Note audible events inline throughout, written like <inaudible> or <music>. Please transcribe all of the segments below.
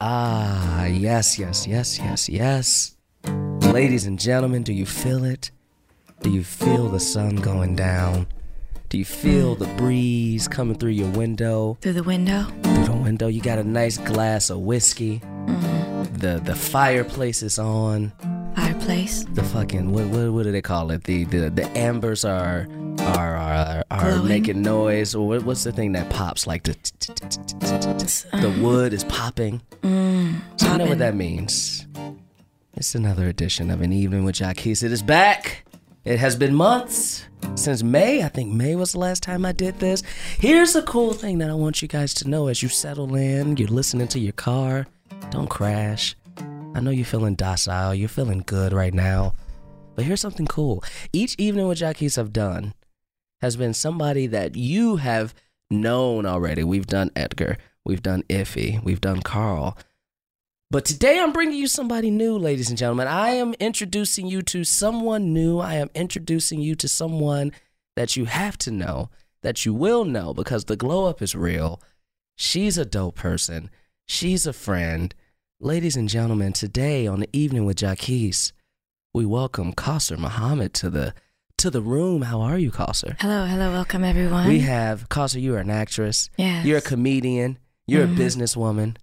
Ah, yes, yes, yes, yes, yes. Ladies and gentlemen, do you feel it? Do you feel the sun going down? Do you feel the breeze coming through your window? Through the window? Through the window, you got a nice glass of whiskey. The the fireplace is on. Fireplace? The fucking what what, what do they call it? The the, the ambers are are are, are Glowing? making noise. Or what, what's the thing that pops like the t- t- t- t- t- t- t- It's, the wood is popping. Mm, So you know poppin'. what that means. It's another edition of An Evening with Jackie's. It is back. It has been months since May. I think May was the last time I did this. Here's a cool thing that I want you guys to know as you settle in, you're listening to your car. Don't crash. I know you're feeling docile, you're feeling good right now. But here's something cool. Each evening with Jackie's I've done has been somebody that you have known already. We've done Edgar, we've done Iffy, we've done Carl. But today I'm bringing you somebody new, ladies and gentlemen. I am introducing you to someone new. I am introducing you to someone that you have to know, that you will know, because the glow up is real. She's a dope person. She's a friend. Ladies and gentlemen, today on the evening with Jaquise, we welcome Qasr Muhammad to the to the room. How are you, Qasr? Hello, hello, welcome everyone. We have Casa, you are an actress. Yes. You're a comedian. You're Mhm. a businesswoman.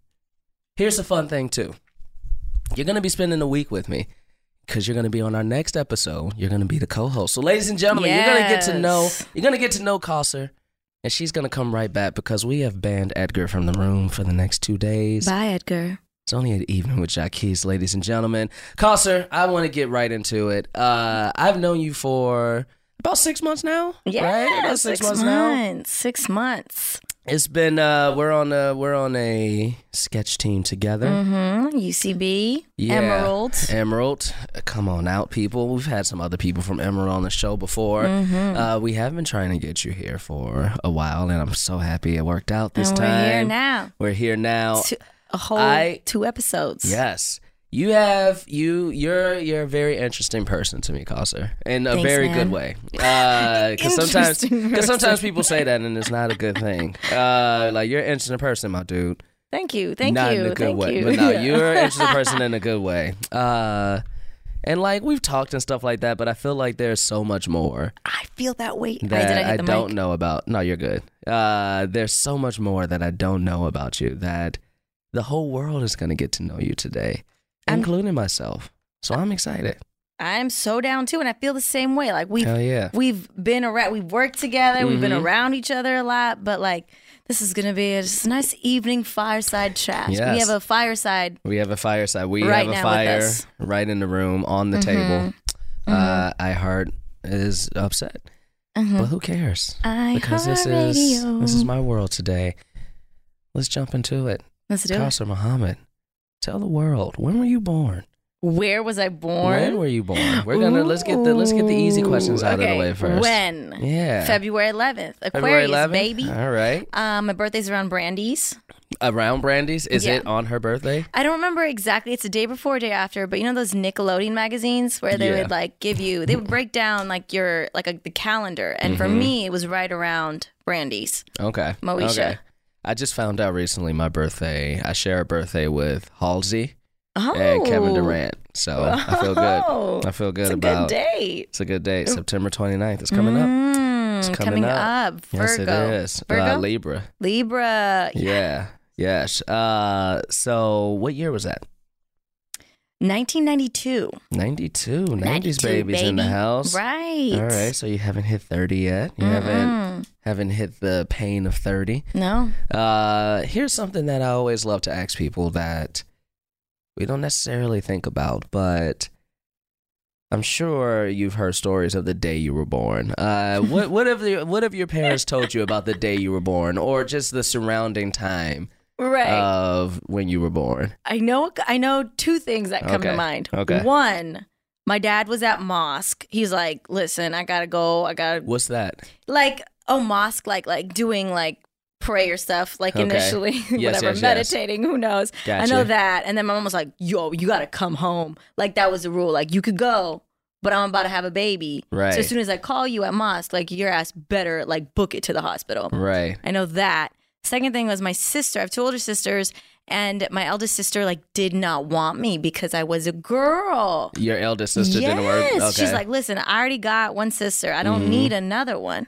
Here's a fun thing too. You're gonna be spending a week with me because you're gonna be on our next episode. You're gonna be the co-host. So, ladies and gentlemen, you're gonna get to know Yes. you're gonna get to know Casa, and she's gonna come right back because we have banned Edgar from the room for the next two days. Bye, Edgar. It's only an evening with Jaquise, ladies and gentlemen. Casa, I want to get right into it. Uh, I've known you for about six months now. Yeah, right? About six, months now. Six months. It's been uh we're on a we're on a sketch team together. Mm-hmm. UCB. Yeah. Emerald. Emerald, uh, come on out, people. We've had some other people from Emerald on the show before. Mm-hmm. Uh, we have been trying to get you here for a while, and I'm so happy it worked out this and we're time. here now. We're here now. Two, a whole I- two episodes. Yes. You have you you're you're a very interesting person to me, Coster, in a Thanks, very man. good <laughs> way. Because sometimes Interesting because sometimes person. people say that and it's not a good thing. Uh, like you're an interesting person, my dude. Thank you. Thank not you. in a good Thank way. you. But no, <laughs> Yeah. you're an interesting person in a good way. Uh, and like we've talked and stuff like that, but I feel like there's so much more I feel that way. I, did that I, hit I, the don't mic? know about. No, you're good. Uh, there's so much more that I don't know about you that the whole world is gonna get to know you today, I'm- including myself. So I'm excited. I'm so down too, and I feel the same way. Like we've Hell yeah. we've been around, we've worked together, we've been Mhm. around each other a lot, but like this is gonna be a, just a nice evening fireside chat. We Yes. have a fireside. We have a fireside. We Right have a now with fire us. Mm-hmm. right in the room on the table. Uh, I heart is upset, Mm-hmm. but who cares? I because this is this is my world today. Let's jump into it. Let's do it. Pastor Muhammad, tell the world when were you born? Where was I born? When were you born? We're gonna let's get the let's get the easy questions out of Okay, the way first. When? Yeah. February 11th. February Aquarius, 11th? baby. All right. Um, my birthday's around Brandy's. Around Brandy's? Is Yeah. it on her birthday? I don't remember exactly. It's a day before, day after. But you know those Nickelodeon magazines where they Yeah. would like give you, they would break down like your like a, the calendar. And Mm-hmm. for me, it was right around Brandy's. Okay. Moesha. Okay. I just found out recently my birthday. I share a birthday with Halsey Oh, and Kevin Durant. So I feel Wow. good. I feel good It's a about good date. It's a good date. September 29th. It's coming up. Mm, It's coming coming up. up. Yes, Virgo. it is. Virgo. Uh, Libra. Libra. Yeah. Yes. Uh, so what year was that? 1992. 92. 90s 92, babies in the baby. house. Right. All right. So you haven't hit 30 yet. You haven't Mm-mm. haven't hit the pain of 30. No. Uh, here's something that I always love to ask people that we don't necessarily think about, but I'm sure you've heard stories of the day you were born. <laughs> Uh, what what have the, what have your parents told you about the day you were born, or just the surrounding time Right. of when you were born? Uh, I know I know two things that come Okay. to mind. Okay. One, my dad was at mosque. He's like, "Listen, I got to go. I got to What's that? like oh mosque like like doing like prayer stuff like Okay. initially <laughs> whatever yes, yes. meditating who knows i know Gotcha. that and then my mom was like yo you gotta come home like that was the rule like you could go but i'm about to have a baby Right. so as soon as i call you at mosque like your ass better like book it to the hospital Right. I know that. Second thing was my sister. I have two older sisters, And my eldest sister like did not want me because I was a girl. Your eldest sister didn't work. Yes. Okay. She's like, listen, I already got one sister. I don't Mhm. need another one.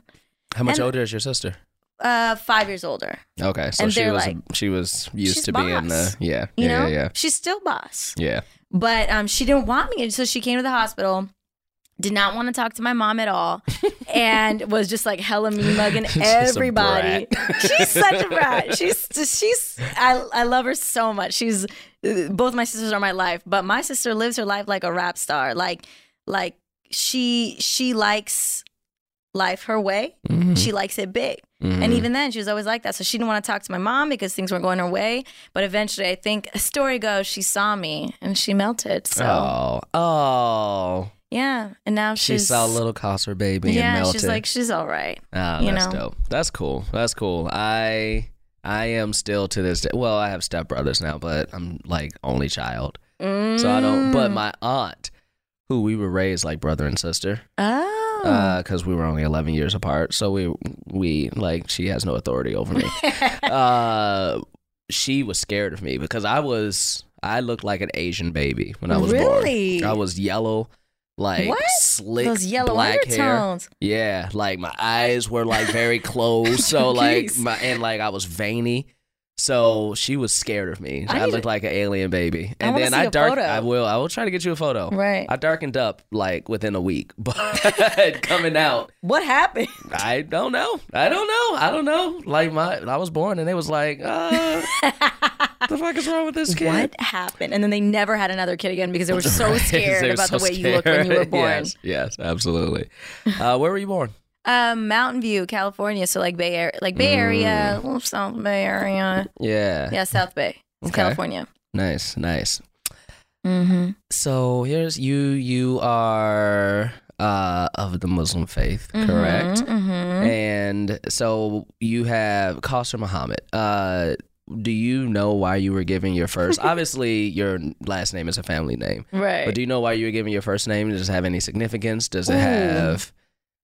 How much and- older is your sister? Uh, five years older. Okay, so and she they're was like- she was used She's to being the boss, yeah You yeah, know, yeah she's still boss. yeah yeah. But um, she didn't want me, and so she came to the hospital. Did not want to talk to my mom <laughs> at all, and was just like hella mean mugging She's a everybody. <laughs> she's such <laughs> a brat. She's she's I I love her so much. She's both my sisters are my life, but my sister lives her life like a rap star. Like like she she likes life her way. Mhm, She likes it big. mhm. And even then, she was always like that. So she didn't want to talk to my mom because things weren't going her way. But eventually, I think a story goes, she saw me and she melted. So oh oh yeah, and now she she's saw little Cosser baby yeah, and melted. she's like she's all right. Ah, you that's know. dope. That's cool. That's cool. I I am still to this day. Well, I have stepbrothers now, but I'm like only child, so I don't. But Mm. my aunt, who we were raised like brother and sister, oh because we were only 11 years apart, so we we like she has no authority over <laughs> me. uh, she was scared of me because I was I looked like an Asian baby when I was Really? born. I was yellow, like What? slick those yellow black hair. undertones. Yeah, like <laughs> my eyes were like very closed, so like Jeez. my and like I was veiny. So she was scared of me. I I, need looked like an alien baby, I and wanna then see I a dark. photo. I will. I will try to get you a photo. Right. I darkened up like within a week, <laughs> but coming out, what happened? I don't know. I don't know. I don't know. Like my, I was born, and they was like, <laughs> uh, "The fuck is wrong with this kid?" <laughs> What happened? And then they never had another kid again <laughs> because they were so Right. scared They were about so the way you looked when you were scared. <laughs> born. Yes, yes, absolutely. Uh, where were you born? Um, Mountain View, California. So like Bay Area, like Bay Mm. Area, little South Bay Area. Yeah, <laughs> Yeah, South Bay, It's Okay. California. nice, nice. Mm-hmm. So here's you. You are uh, of the Muslim faith, correct? Mm-hmm. And so you have Qasr Muhammad. Uh, do you know why you were given your <laughs> first? Obviously, your last name is a family name. Right. But do you know why you were given your first name? Does it have any significance? Does it Ooh. have,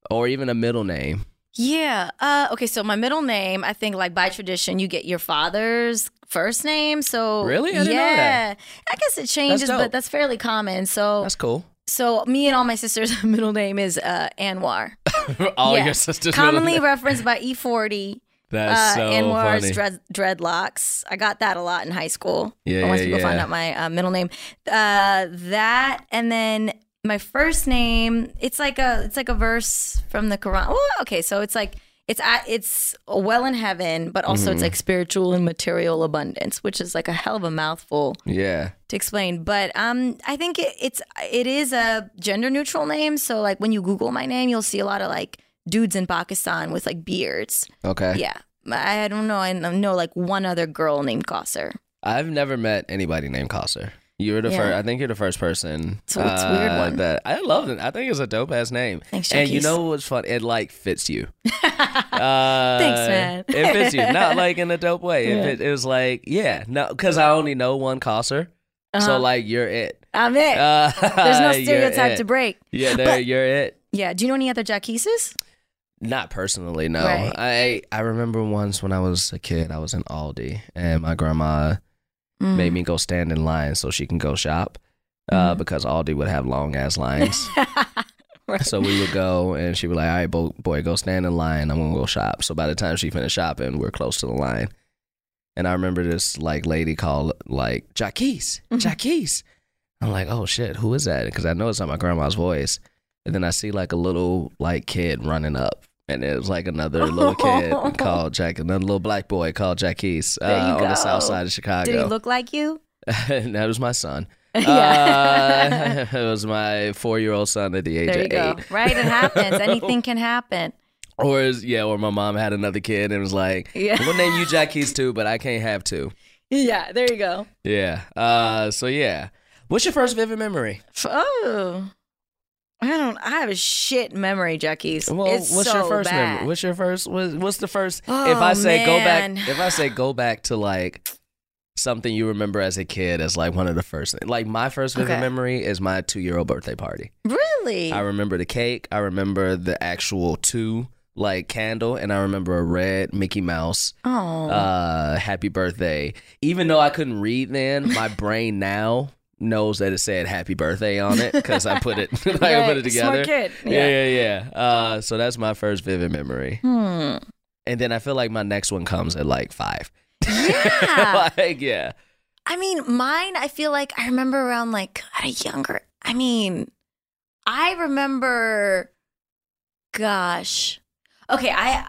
or even a middle name? yeah. Uh, okay. So my middle name, I think, like by tradition, you get your father's first name. So Really? I yeah. didn't know that. I guess it changes, dope. but that's fairly common. So, That's cool. so me and all my sisters' <laughs> middle name is uh, Anwar, <laughs> All Yeah. your sisters. middle commonly name. referenced by E E40. That's uh, so Anwar's funny. dread- dreadlocks. I got that a lot in high school. Yeah, And Once yeah, people find yeah. out my uh, middle name, uh, that and then my first name. It's like a it's like a verse from the Quran. Oh, okay, so it's like. It's at, it's well in heaven, but also Mm-hmm. it's like spiritual and material abundance, which is like a hell of a mouthful yeah. to explain. But um, I think it, it's it is a gender neutral name. So like when you Google my name, you'll see a lot of like dudes in Pakistan with like beards. Okay. Yeah. I don't know. I know like one other girl named Gosser. I've never met anybody named Coster. You're the Yeah. first. I think you're the first person. uh, It's a- it's a weird one. That I love it. I think it's a dope ass name. Thanks, Uh-huh. And you Sharkies. <laughs> know what's fun? It like fits you. Uh, Thanks, man. it fits you, not like in a dope way. It, Yeah. fit- it was like, yeah, no, because I only know one Coster, so Uh-huh. like you're it. I'm it. Uh, <laughs> There's no <laughs> you're stereotype it. to break. Yeah, there, But- you're it. Yeah. Do you know any other Jackises? Not personally, no. Right. I I remember once when I was a kid, I was in Aldi, and my grandma Mm. <laughs> made me go stand in line so she can go shop, uh, Mhm. because Aldi would have long ass <laughs> lines. Right. so we would go, and she would like, "All right, bo- boy, go stand in line. I'm gonna go shop." So by the time she finished shopping, we're close to the line, and I remember this like lady called like Jackie's, Mhm. Jackie's. I'm like, "Oh shit, who is that?" Because I know it's not my grandma's voice, and then I see like a little like kid running up. And it was like another little <laughs> kid called Jack, another little black boy called Jackie's There you uh, on the south go. side of Chicago. Did he look like you? <laughs> <laughs> that was my son. yeah. Uh, it was my four year old son at the <laughs> age there you of go. eight. Right. <laughs> It happens. Anything can happen. Or is, yeah, or my mom had another kid and was like, Yeah. I'm gonna name you Jackie's too, but I can't have two. Yeah. There you go. Yeah. Uh so yeah. What's your first vivid memory? F- Oh. I don't. I have a shit memory, Jackies. Well, it's what's your so first bad. memory? What's your first what, what's the first Oh, if I say go man. back if I say go back to like something you remember as a kid as like one of the first like my first vivid Okay. memory is my two year old birthday party. really? I remember the cake. I remember the actual two like candle, and I remember a red Mickey Mouse Oh, uh <laughs> happy birthday. Even though I couldn't read then, <laughs> my brain now knows that it said happy birthday on it because I put it <laughs> like I put it Right. together. Smart kid. Yeah, yeah, yeah. Uh, so that's my first vivid memory, Hmm. and then I feel like my next one comes at like five. Yeah. <laughs> like yeah, I mean, mine, I feel like I remember around like at a younger, I mean, I remember, gosh. Okay, I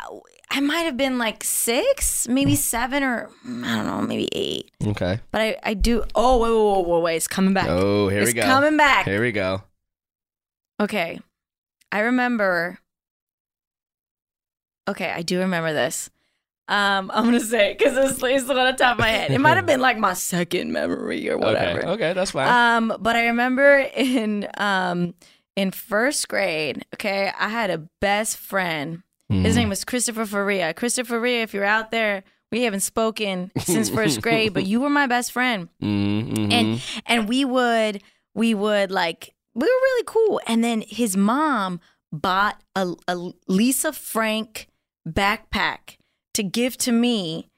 I might have been like six, maybe seven, or mm, I don't know, maybe eight. okay. But I, I do. Oh, wait, wait, wait, wait, wait. It's coming back. Oh, here it's we go. coming back. Here we go. Okay. I remember. Okay, I do remember this. Um, I'm gonna say because it's, it's on the top of my head. <laughs> It might have been like my second memory or whatever. Okay, okay, that's fine. Um, but I remember in um in first grade, okay, I had a best friend. Uh, Mm. His name was Christopher Faria. Christopher Faria, if you're out there, we haven't spoken since first grade, but you were my best friend. Mm-hmm. And and we would we would like we were really cool. And then his mom bought a, a Lisa Frank backpack to give to me,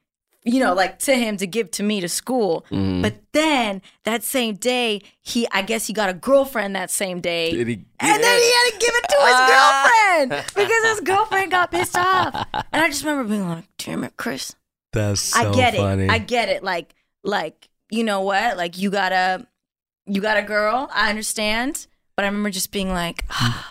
you know, like to him to give to me to school. Mm-hmm. But then that same day, he I guess he got a girlfriend that same day. and then he had to give it to his Ah. <laughs> girlfriend because his girlfriend got pissed off. And I just remember being like, damn it, Chris. that's so I get funny. it. I get it. Like, like you know what? Like you got a, you got a girl. I understand. But I remember just being like, ah,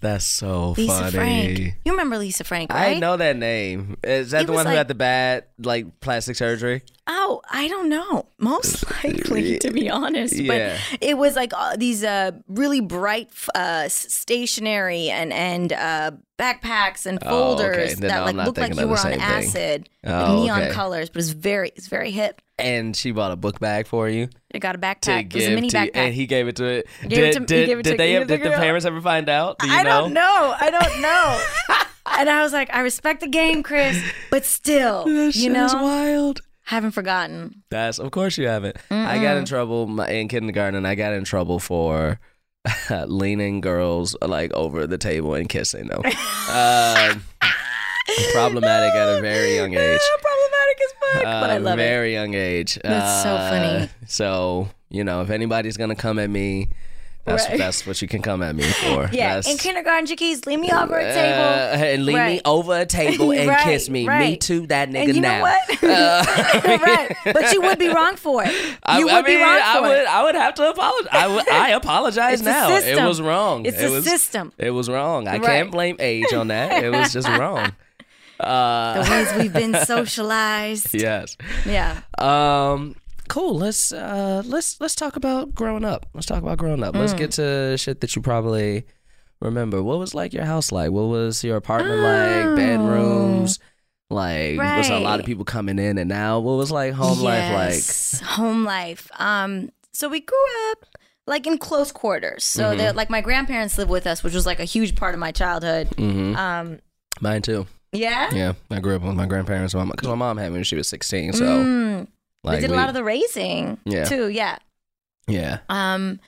that's so Lisa funny. Frank. You remember Lisa Frank, I right? didn't know that name. Is that He the was one who like- had the bad like plastic surgery? Oh, I don't know. <laughs> Most likely, to be honest. Yeah. But it was like all these uh, really bright f- uh, s- stationery and and uh, backpacks and Oh, okay. folders Then that I'm like not looked like thinking you of were the same on thing. acid, with Oh, neon okay. colors. But it's very it's very hip. And she bought a book bag for you I got a to backpack. It was give a mini to, backpack. and he gave it to it. Did, Gave it to- he did, gave it did to- they gave it ever- to did the girl. parents ever find out? Do you I know? don't know. I don't know. <laughs> and I was like, I respect the game, Chris, but still, That you shit is know, wild. haven't forgotten. That's of course you haven't. I got in trouble my, in kindergarten. I got in trouble for <laughs> leaning girls like over the table and kissing <laughs> them. um, problematic at a very <laughs> young age. problematic as fuck, but I Uh, love it. very young age. Uh, That's so funny. So you know, if anybody's gonna come at me, that's Right. that's what you can come at me for. <laughs> Yeah, That's- in kindergarten, chickies, leave me over a table. Uh, and lean me Right. over a <laughs> table and Right, kiss me. Me right. too, that nigga and you now. Uh, know what? <laughs> right, but you would be wrong for it. You <laughs> I, would I be mean, wrong for I would, it. I would have to apologize. I, would, I apologize <laughs> It's a now. It system. was wrong. It's it a was, system. It was wrong. I can't Right. blame age on that. It <laughs> was just wrong. Uh, <laughs> The ways we've been socialized. Yes. Yeah. Um. Cool. Let's uh let's let's talk about growing up. Let's talk about growing up. Hmm. Let's get to shit that you probably remember. What was like your house like? What was your apartment like? Bedrooms. Like was a lot of Oh. Right. people coming in and out? What was like home life Yes, Home life. Um, so we grew up like in close quarters. So Mm-hmm. they're like my grandparents lived with us, which was like a huge part of my childhood. like? hmm Um, Mine too. yeah. Yeah, I grew up with my grandparents. My because my mom had me when she was sixteen. So Mm, like we did a lot of the raising Yeah. too. Yeah. yeah. Um,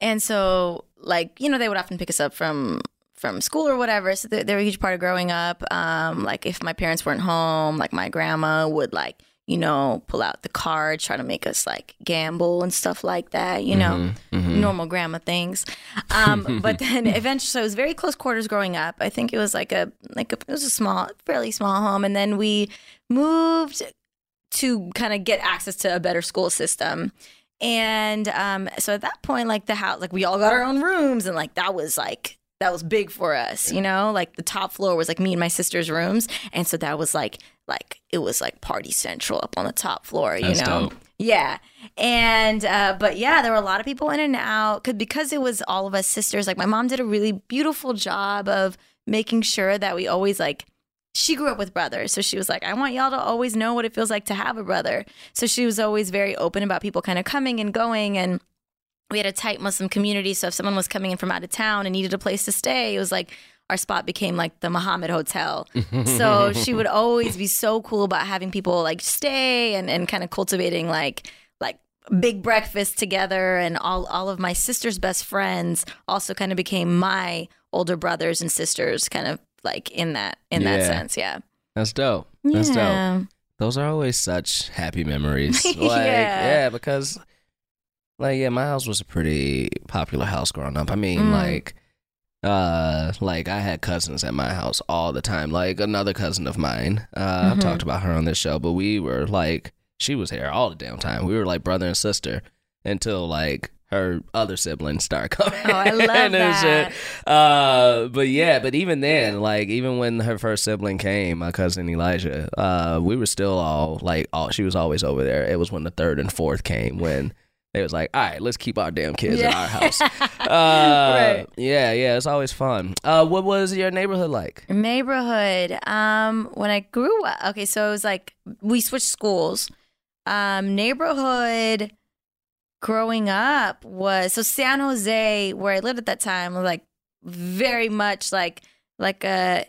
and so like you know they would often pick us up from from school or whatever. So they, they were a huge part of growing up. Um, like if my parents weren't home, like my grandma would like you know pull out the card, try to make us like gamble and stuff like that. You know. Mm-hmm. normal grandma things. Um, but then eventually, so it was very close quarters growing up. I think it was like a like a, it was a small, fairly small home, and then we moved to kind of get access to a better school system. And um, so at that point, like the house, like we all got our own rooms, and like that was like that was big for us, you know. Like the top floor was like me and my sister's rooms, and so that was like like it was like party central up on the top floor, you That's know. dope. Yeah. And, uh, but yeah, there were a lot of people in and out 'cause- because it was all of us sisters. Like, my mom did a really beautiful job of making sure that we always, like, she grew up with brothers. So she was like, I want y'all to always know what it feels like to have a brother. So she was always very open about people kind of coming and going. And we had a tight Muslim community. So if someone was coming in from out of town and needed a place to stay, it was like, our spot became like the Muhammad Hotel. Mm-hmm. <laughs> So she would always be so cool about having people like stay and, and kind of cultivating like like big breakfast together and all all of my sister's best friends also kind of became my older brothers and sisters kind of like in that in that Yeah. sense. Yeah. That's dope. That's dope. Yeah. Those are always such happy memories. Like, <laughs> Yeah. yeah. because like yeah, my house was a pretty popular house growing up. I mean, Mm. like uh like I had cousins at my house all the time. Like another cousin of mine. Uh I've Mhm. talked about her on this show, but we were like she was here all the damn time. We were like brother and sister until like her other siblings started <laughs> coming. Oh, I in love and that. uh, but yeah, but even then, like even when her first sibling came, my cousin Elijah, uh, we were still all like, all she was always over there. It was when the third and fourth came when they was like, all right, let's keep our damn kids in Yeah. our <laughs> house. Uh, Right. Yeah, yeah, it's always fun. Uh, what was your neighborhood like? Neighborhood. Um, when I grew up, okay, so it was like we switched schools. Um, neighborhood growing up was so San Jose, where I lived at that time, was like very much like like a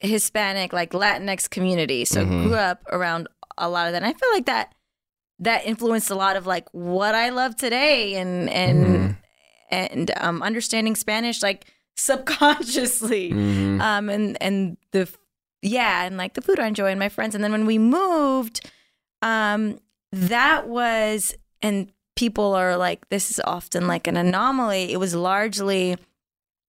Hispanic, like Latinx community. So Mhm. grew up around a lot of that. And I feel like that that influenced a lot of like what I love today and and Mhm. and um understanding Spanish like <laughs> subconsciously Mm-hmm. um and and the f- yeah and like the food i enjoy and my friends and then when we moved um that was and people are like this is often like an anomaly it was largely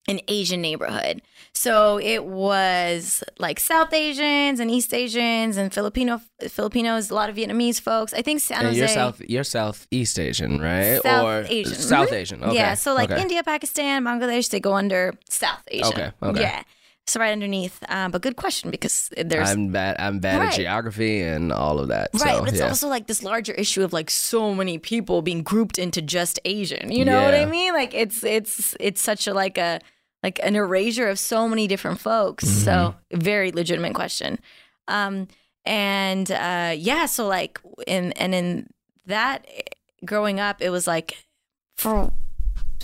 an asian neighborhood so it was like south asians and east asians and filipino filipinos a lot of vietnamese folks i think san And jose you're south, you're Southeast Asian, right? South or Asian. Mm-hmm. South Asian. Okay. yeah, so like okay. India, Pakistan, Bangladesh, they go under South Asia. Okay, okay. Yeah, so right underneath. Um, but good question because there's I'm bad. I'm bad Right. at geography and all of that. right, so, but it's yeah. also like this larger issue of like so many people being grouped into just Asian. You know what Yeah. I mean? Like it's it's it's such a like a like an erasure of so many different folks. So Mm-hmm. very legitimate question. Um, and uh, yeah, so like in and in that growing up, it was like for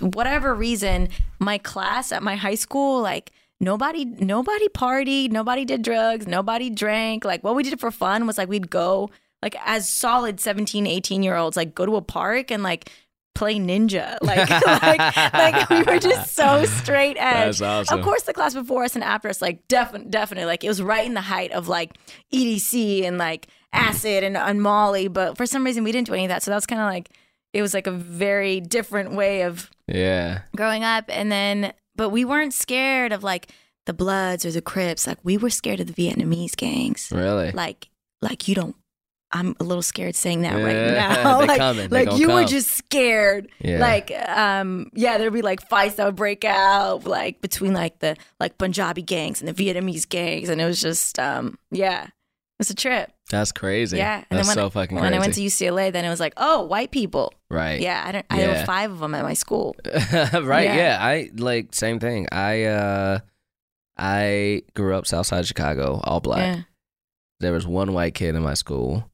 whatever reason, my class at my high school, like nobody nobody partied, nobody did drugs, nobody drank. Like what we did for fun was like we'd go like as solid 17, 18 year olds, like go to a park and like play ninja. <laughs> Like like, like we were just so straight edge. That's awesome. Of course the class before us and after us, like definitely definitely like it was right in the height of like EDC and like acid and, and Molly, but for some reason we didn't do any of that. So that was kinda like it was like a very different way of Yeah. growing up and then but we weren't scared of like the bloods or the crips like we were scared of the vietnamese gangs Really. like like you don't i'm a little scared saying that Yeah, right <laughs> now they <laughs> like, coming, they like gonna you were come. just scared Yeah. like um yeah there'd be like fights that would break out like between like the like punjabi gangs and the vietnamese gangs and it was just um yeah it was a trip That's crazy. yeah and That's then when, so I, fucking when crazy. i went to ucla then it was like oh white people right. yeah i don't i Yeah. had five of them at my school <laughs> right. Yeah. Yeah. I like same thing. I uh I grew up south side of Chicago, all black. yeah There was one white kid in my school.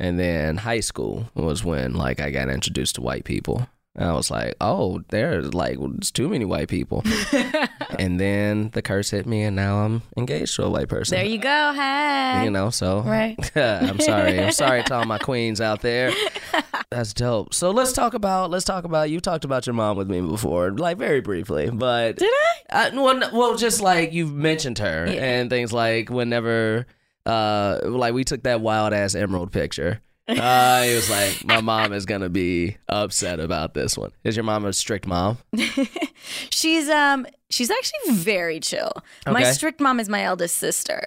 And then high school was when like I got introduced to white people. And I was like, "Oh, there's like there's too many white <laughs> people." and then the curse hit me and now I'm engaged to a white person. There you go. Hey. you know, so Right. <laughs> I'm sorry. <laughs> I'm sorry to all my queens out there. That's dope. So let's talk about let's talk about you talked about your mom with me before, like very briefly, but did I? well, no- well, just like you've mentioned her Yeah. and things like whenever, uh, like we took that wild ass emerald <laughs> picture. Uh, it was like my mom is gonna be upset about this one. Is your mom a strict mom? She's um she's actually very chill. My Okay. strict mom is my eldest sister.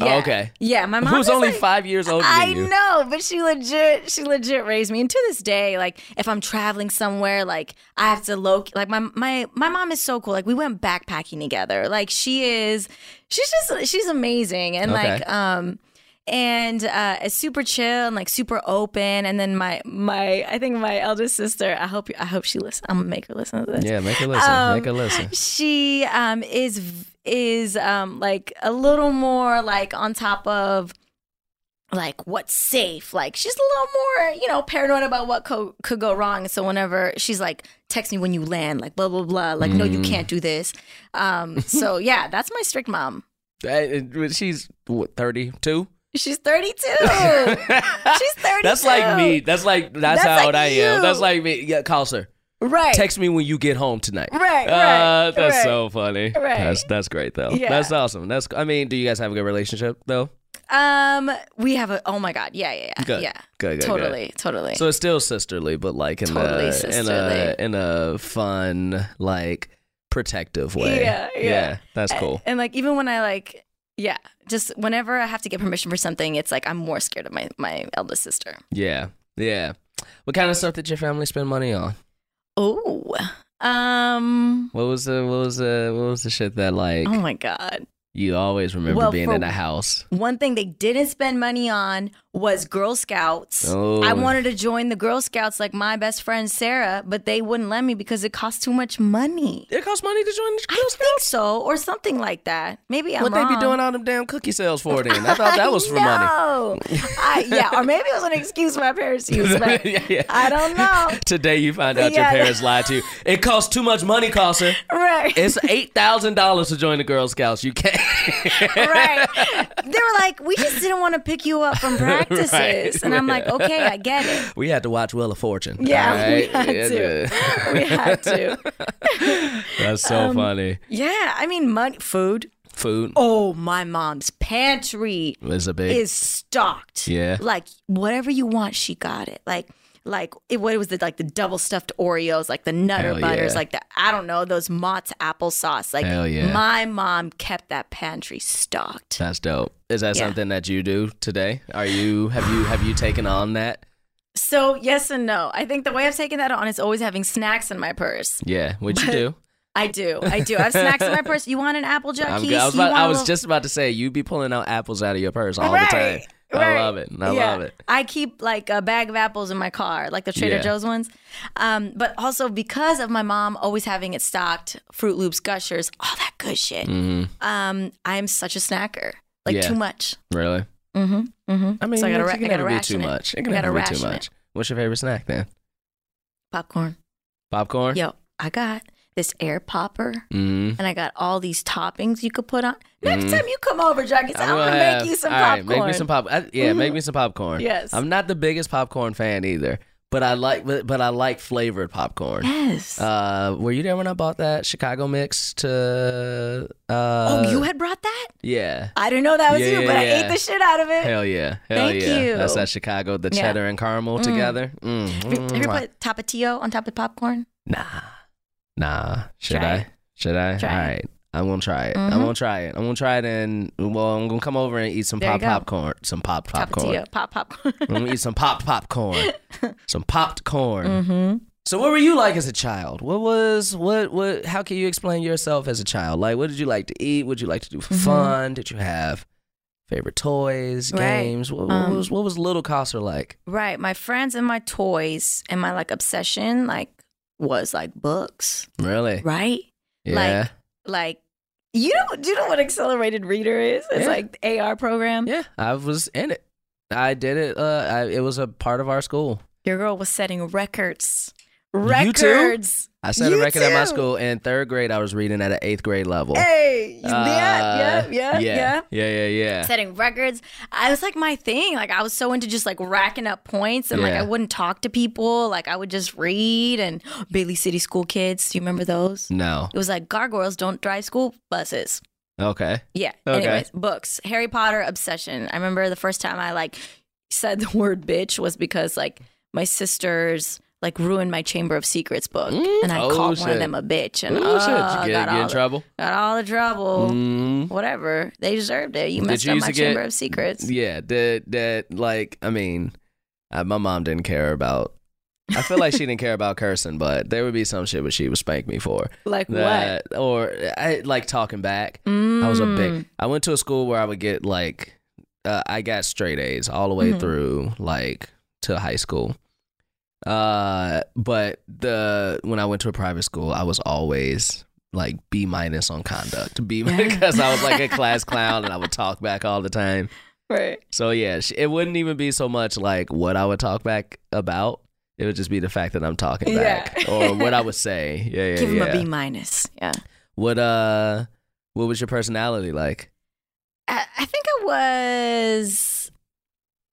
Oh, Yeah. okay. Yeah, my mom Who's is only like- five years older than I you? know, but she legit she legit raised me. And to this day, like if I'm traveling somewhere, like I have to low like my my my mom is so cool. Like we went backpacking together. Like she is she's just she's amazing and Okay. like um and uh is super chill and like super open and then my my I think my eldest sister, I hope I hope she listens. I'm gonna make her listen to this Yeah, make her listen. Um, make her <laughs> listen. she um is is um like a little more like on top of like what's safe like she's a little more you know paranoid about what co- could go wrong so whenever she's like text me when you land like blah blah blah like no you Mm. can't do this <laughs> um so yeah that's my strict mom Uh, She's what, 32? she's 32 <laughs> she's 32 <laughs> That's like me. That's like that's, That's how like old I am. you. That's like me. Yeah, calls her. Right. Text me when you get home tonight. Right, Uh, right, that's right. so funny. Right. That's that's great though. Yeah. That's awesome. That's I mean, do you guys have a good relationship though? Um, we have a. Oh my god. Yeah, yeah, yeah. Good. Yeah. Good, good, good. totally. Totally. So it's still sisterly, but like in Totally a sisterly. in a in a fun like protective way. Yeah, yeah. that's A- cool. And, like even when I like, yeah, just whenever I have to get permission for something, it's like I'm more scared of my my eldest sister. Yeah, yeah. What kind of stuff did your family spend money on? Oh. Um. What was the what was the what was the shit that like Oh my god. you always remember Well, being for- in a house? One thing they didn't spend money on was Girl Scouts. Oh, I wanted to join the Girl Scouts like my best friend Sarah, but they wouldn't let me because it costs too much money. It cost money to join the I Girl don't Scouts. think so, or something like that. Maybe I'm What they wrong. be doing all them damn cookie sales for then? I thought that was <laughs> for money. No. I, yeah, or maybe it was an excuse my <laughs> parents used. But Yeah, yeah. I don't know. <laughs> Today you find out Yeah. your parents lied to you. It costs too much money, Carson. Right, <laughs> It's eight thousand dollars to join the Girl Scouts. You can't. <laughs> right. They were like, we just didn't want to pick you up from <laughs> practices, Right, and I'm like, okay, I get it. we had to watch Wheel of Fortune. Yeah, all right? we had to. We had to. That's so funny. Yeah, I mean, money, food. Food Um, Oh, my mom's pantry. was a big. is stocked. Yeah. Like whatever you want, she got it. Like like it, what was it like the double stuffed Oreos, like the Nutter Hell Butters, yeah. like the I don't know those Mott's applesauce. Like Hell yeah. my mom kept that pantry stocked. That's dope. Is that Yeah. something that you do today? Are you have you have you taken on that? So yes and no. I think the way I've taken that on is always having snacks in my purse. Yeah, what you do? I do, I do. I have snacks <laughs> in my purse. You want an apple, Jack? I'm Keys? good. I was, uh, You about, want I a was little- just about to say you be pulling out apples out of your purse all Right, the time. I right. love it. I Yeah. love it. I keep like a bag of apples in my car, like the Trader Yeah. Joe's ones. Um, but also because of my mom always having it stocked, Fruit Loops, Gushers, all that good shit. hmm Um, I am such a snacker, like Yeah. too much. Really? Mm-hmm. Mm-hmm. I mean, So I gotta it ra- can I gotta never be too ration it. much. It I can gotta never be too ration it. much. What's your favorite snack then? Popcorn. Popcorn. Yo, I got this air popper. Mm-hmm. And I got all these toppings you could put on. Next Mhm. time you come over, Jackie, I'm, gonna make you some all popcorn. Mm-hmm. right, make me some pop. I, yeah, make me some popcorn. Yes. I'm not the biggest popcorn fan either, but I like but, but I like flavored popcorn. yes. Uh, were you there when I bought that Chicago mix to? Uh, oh, you had brought that? yeah. I didn't know that was yeah, you, yeah, but I yeah. ate the shit out of it. Hell yeah! Hell Thank yeah! you. That's that Chicago, the Yeah. cheddar and caramel together. Mm. Have you, have you Mwah. put tapatio on top of popcorn? Nah, nah. Should Try I? it. Should I? Try All it. right. I'm gonna try it. Mhm. I'm gonna try it. I'm gonna try it, and well, I'm gonna come over and eat some There you pop go. popcorn, some pop popcorn. Mm-hmm. Tapatio, pop popcorn. I'm gonna eat some pop popcorn, some popped corn. <laughs> mm-hmm. So, what were you like as a child? What was what what? How can you explain yourself as a child? Like, what did you like to eat? What did you like to do for Mhm. fun? Did you have favorite toys, Right. games? What, what Um, was what was little Coster like? Right. My friends and my toys and my like obsession like was like books. Really? Right? Yeah. Like you know do you know what accelerated reader is? It's Yeah. like the AR program. yeah, I was in it. I did it. Uh, I, it was a part of our school. Your girl was setting records. You too? Records. I set a You record at my too. school in third grade. I was reading at an eighth grade level. Hey. Uh, yeah, yeah, yeah, yeah. yeah, yeah, yeah, yeah. Setting records. I was like my thing. Like I was so into just like racking up points and like Yeah. I wouldn't talk to people. Like I would just read and <gasps> Bailey City School Kids. Do you remember those? No. It was like gargoyles don't drive school buses. Okay. Yeah. Okay. Anyways, books. Harry Potter obsession. I remember the first time I like said the word bitch was because like my sisters like ruined my Chamber of Secrets book. Mm, and I oh, called one shit. of them a bitch. And Ooh, oh, shit. got, You get, get all in the, trouble. got all the trouble. Mm. Whatever. They deserved it. You Did messed you up used my to get- Chamber of Secrets. Yeah, that that like I mean, uh, my mom didn't care about. I feel like she didn't care about cursing, but there would be some shit what she would spank me for. Like <laughs> what? That- or I like talking back. I was a Mm. big. I went to a school where I would get like, uh, I got straight A's all the way Mhm. through like to high school. Uh, but the when I went to a private school, I was always like B minus on conduct, B <laughs> Yeah. because I was like a <laughs> class clown and I would talk back all the time. Right. So yeah, sh- it wouldn't even be so much like what I would talk back about. It would just be the fact that I'm talking Yeah. back or what I <laughs> would say. Yeah, yeah, Give him yeah. a B minus. Yeah. What uh, what was your personality like? I, I think I was.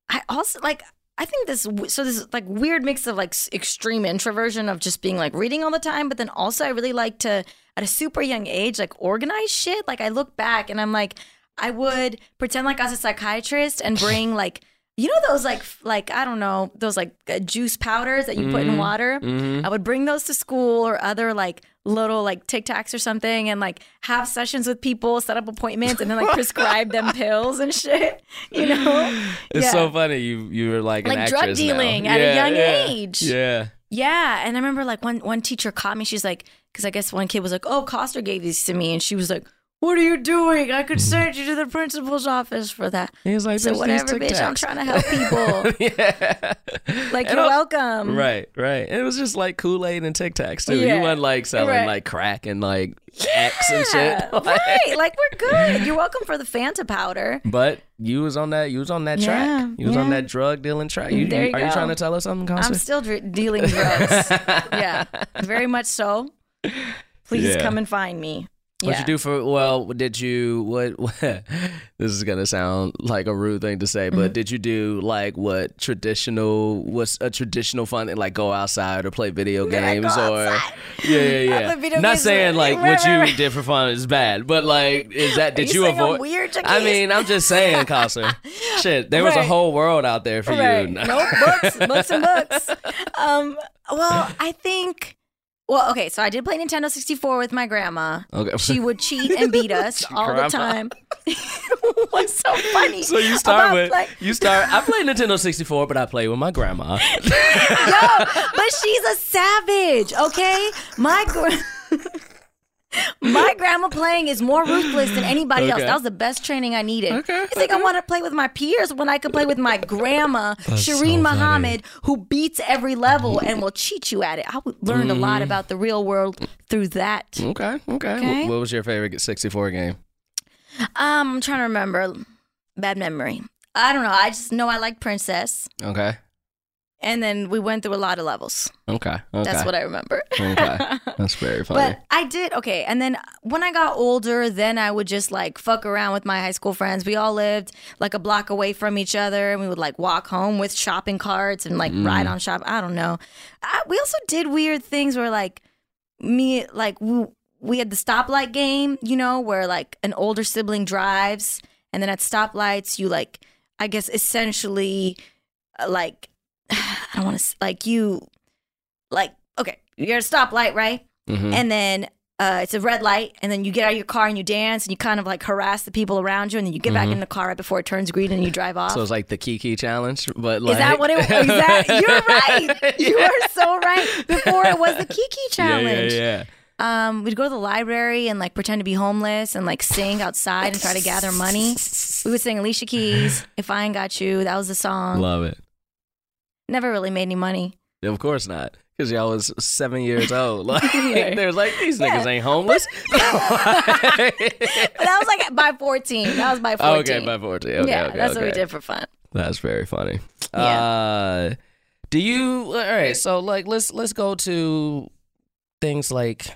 I also like. I think this so this like weird mix of like s- extreme introversion of just being like reading all the time, but then also I really like to at a super young age like organize shit. Like I look back and I'm like I would pretend like I was a psychiatrist and bring like you know those like f- like I don't know those like uh, juice powders that you put Mm-hmm. in water. I would bring those to school or other like little like Tic Tacs or something and like have sessions with people, set up appointments, and then like <laughs> prescribe them pills and shit. You know? It's Yeah. so funny. You you were like an Like drug actress now. dealing at a Yeah, young yeah, age. Yeah. Yeah, and I remember like one one teacher caught me. She's like, because I guess one kid was like, "Oh, Coster gave these to me," and she was like, "What are you doing? I could send you to the principal's office for that." He was like, So "Bitch, these whatever, Tic bitch. I'm Tacs." trying to help people. <laughs> yeah. Like And you're I- welcome. Right, right. It was just like Kool Aid and Tic Tacs too. Yeah. You weren't like selling Right. like crack and like X and Yeah, shit. Like- <laughs> right. Like we're good. You're welcome for the Fanta powder. But you was on that. You was on that Yeah, track. You was on yeah. Mm, that drug dealing track. You, There you are you go. trying to tell us something, I'm Costa? still dr- dealing drugs. yeah, very much so. Please Yeah. come and find me. What'd Yeah. you do for? Well, did you what? <laughs> this is gonna sound like a rude thing to say, Mm-hmm. but did you do like what traditional? What's a traditional fun? Like go outside or play video Yeah, go games or? outside. Yeah, yeah, I yeah. play video Not games saying with- like right, what you right, right. did for fun is bad, but like is that did you you, saying I'm avoid? weird, I Jaquise? mean, I'm just saying, <laughs> Costa. Shit, there was a Right. whole world out there for Right. you. Nope, books, books and books. Um, well, I think. Well, okay, so I did play Nintendo 64 with my grandma. <laughs> Okay. She would cheat and beat <laughs> us all Oh. Grandma. the time. <laughs> What's so funny? <laughs> So you start about with play- you start. I play Nintendo 64, but I play with my grandma. Yo, but she's a savage, okay? My gr- My grandma playing is more ruthless than anybody else. Okay. That was the best training I needed. Okay, you think I want to play with my peers when I could play with my grandma, Shireen so Muhammad, who beats every level and will cheat you at it. I learned a Mm. lot about the real world through that. Okay, okay. Okay. Wh- What was your favorite 64 game? Um, I'm trying to remember. Bad memory. I don't know. I just know I like Princess. Okay, And then we went through a lot of levels. okay, okay. That's what I remember. <laughs> okay, that's very funny. But I did okay, and then when I got older, then I would just like fuck around with my high school friends. We all lived like a block away from each other, and we would like walk home with shopping carts and like ride on shop. I don't know. I, we also did weird things where like me like we, we had the stoplight game, you know, where like an older sibling drives, and then at stoplights you like I guess essentially uh, like <sighs> I don't want to like you like okay you're at a stoplight right Mhm. and then uh, it's a red light, and then you get out of your car and you dance and you kind of like harass the people around you, and then you get back in the car right before it turns green and you drive off. Mm-hmm. so it's like the Kiki challenge, but like Is that what it <laughs> was? Exactly. You're right. You <laughs> are so right. Before it was the Kiki <laughs> Yeah, challenge. yeah, yeah. Um, we'd go to the library and like pretend to be homeless and like sing outside and try to gather money. We would sing Alicia Keys, "If I Ain't Got You." That was the song. Love it. Never really made any money. Of course not. Because y'all was seven years <laughs> old. <laughs> Like, Right. they was like, these niggas ain't <laughs> homeless. okay, <laughs> But that was like by fourteen. That was by fourteen. by 14. Okay, yeah, okay, that's what we okay. did for fun. That's very funny. Yeah. Uh do you all right, so like let's let's go to things like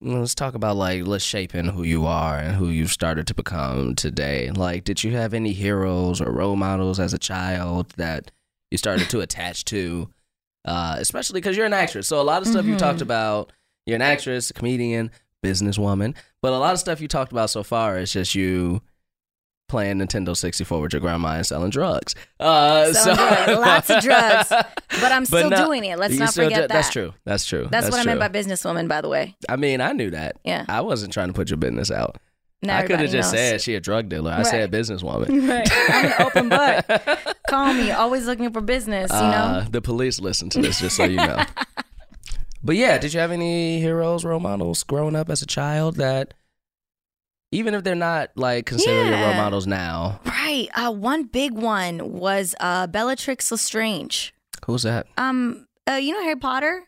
let's talk about like let's shaping who you are and who you've started to become today. Like did you have any heroes or role models as a child that you started to attach to? Uh especially cuz you're an actress. So a lot of stuff you Mhm. talked about, you're an actress, comedian, businesswoman, but a lot of stuff you talked about so far is just you playing Nintendo 64 with your grandma and selling drugs. Uh, <laughs> Selling drugs. Lots of drugs. But I'm still no- doing it. Let's You not still forget do- that. That's true. That's true. That's, what I true. meant by businesswoman, by the way. I mean, I knew that. Yeah. I wasn't trying to put your business out. Now I could have everybody just knows. said she a drug dealer. I Right. said businesswoman. <laughs> Right. <laughs> I'm an <laughs> open book. Call me. Always looking for business, you know? Uh, the police listen to this, just so you know. <laughs> but yeah, did you have any heroes, role models growing up as a child that, even if they're not like considered your role Yeah. models now, Right. Uh, one big one was uh, Bellatrix Lestrange. who's that? Um, uh, you know Harry Potter?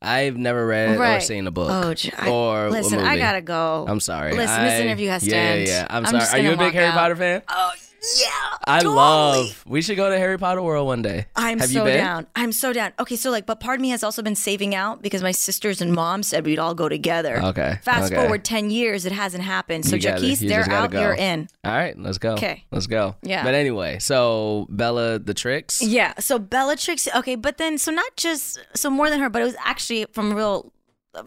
I've never read or Right. seen a book Oh, j- I- or a listen, I movie. gotta go. I'm sorry. Listen, this I- interview has to yeah, end. Yeah, yeah. I'm, I'm sorry. just Are you a gonna big walk Harry out. Potter fan? oh, Yeah. I totally. love. We should go to Harry Potter World one day. I'm Have so you been? down. I'm so down. Okay, so like, but part of me has also been saving out because my sisters and mom said we'd all go together. Okay, Fast Oh, okay. forward 10 years, it hasn't happened. So, You gotta- Jaquise, you they're just gotta out, go. you're in. All right, let's go. 'Kay. let's go. Yeah. But anyway, so Bella the tricks. Yeah. So Bellatrix. Okay, but then so not just so more than her, but it was actually from real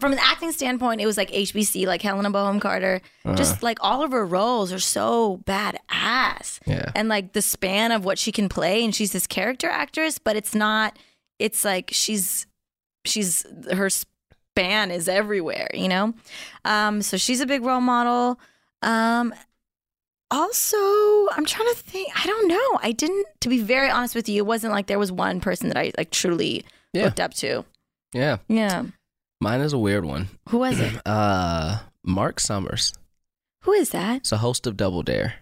from an acting standpoint, it was like HBC, like Helena Bohem Carter. Just like all of her roles are so badass. Yeah. And like the span of what she can play, and she's this character actress, but it's not. It's like she's she's her span is everywhere, you know. Um. So she's a big role model. Um, also, I'm trying to think. I don't know. I didn't, to be very honest with you, it wasn't like there was one person that I like truly Yeah. looked up to. Yeah. Yeah. Mine is a weird one. Who was it? Uh, Mark Summers. Who is that? It's a host of Double Dare.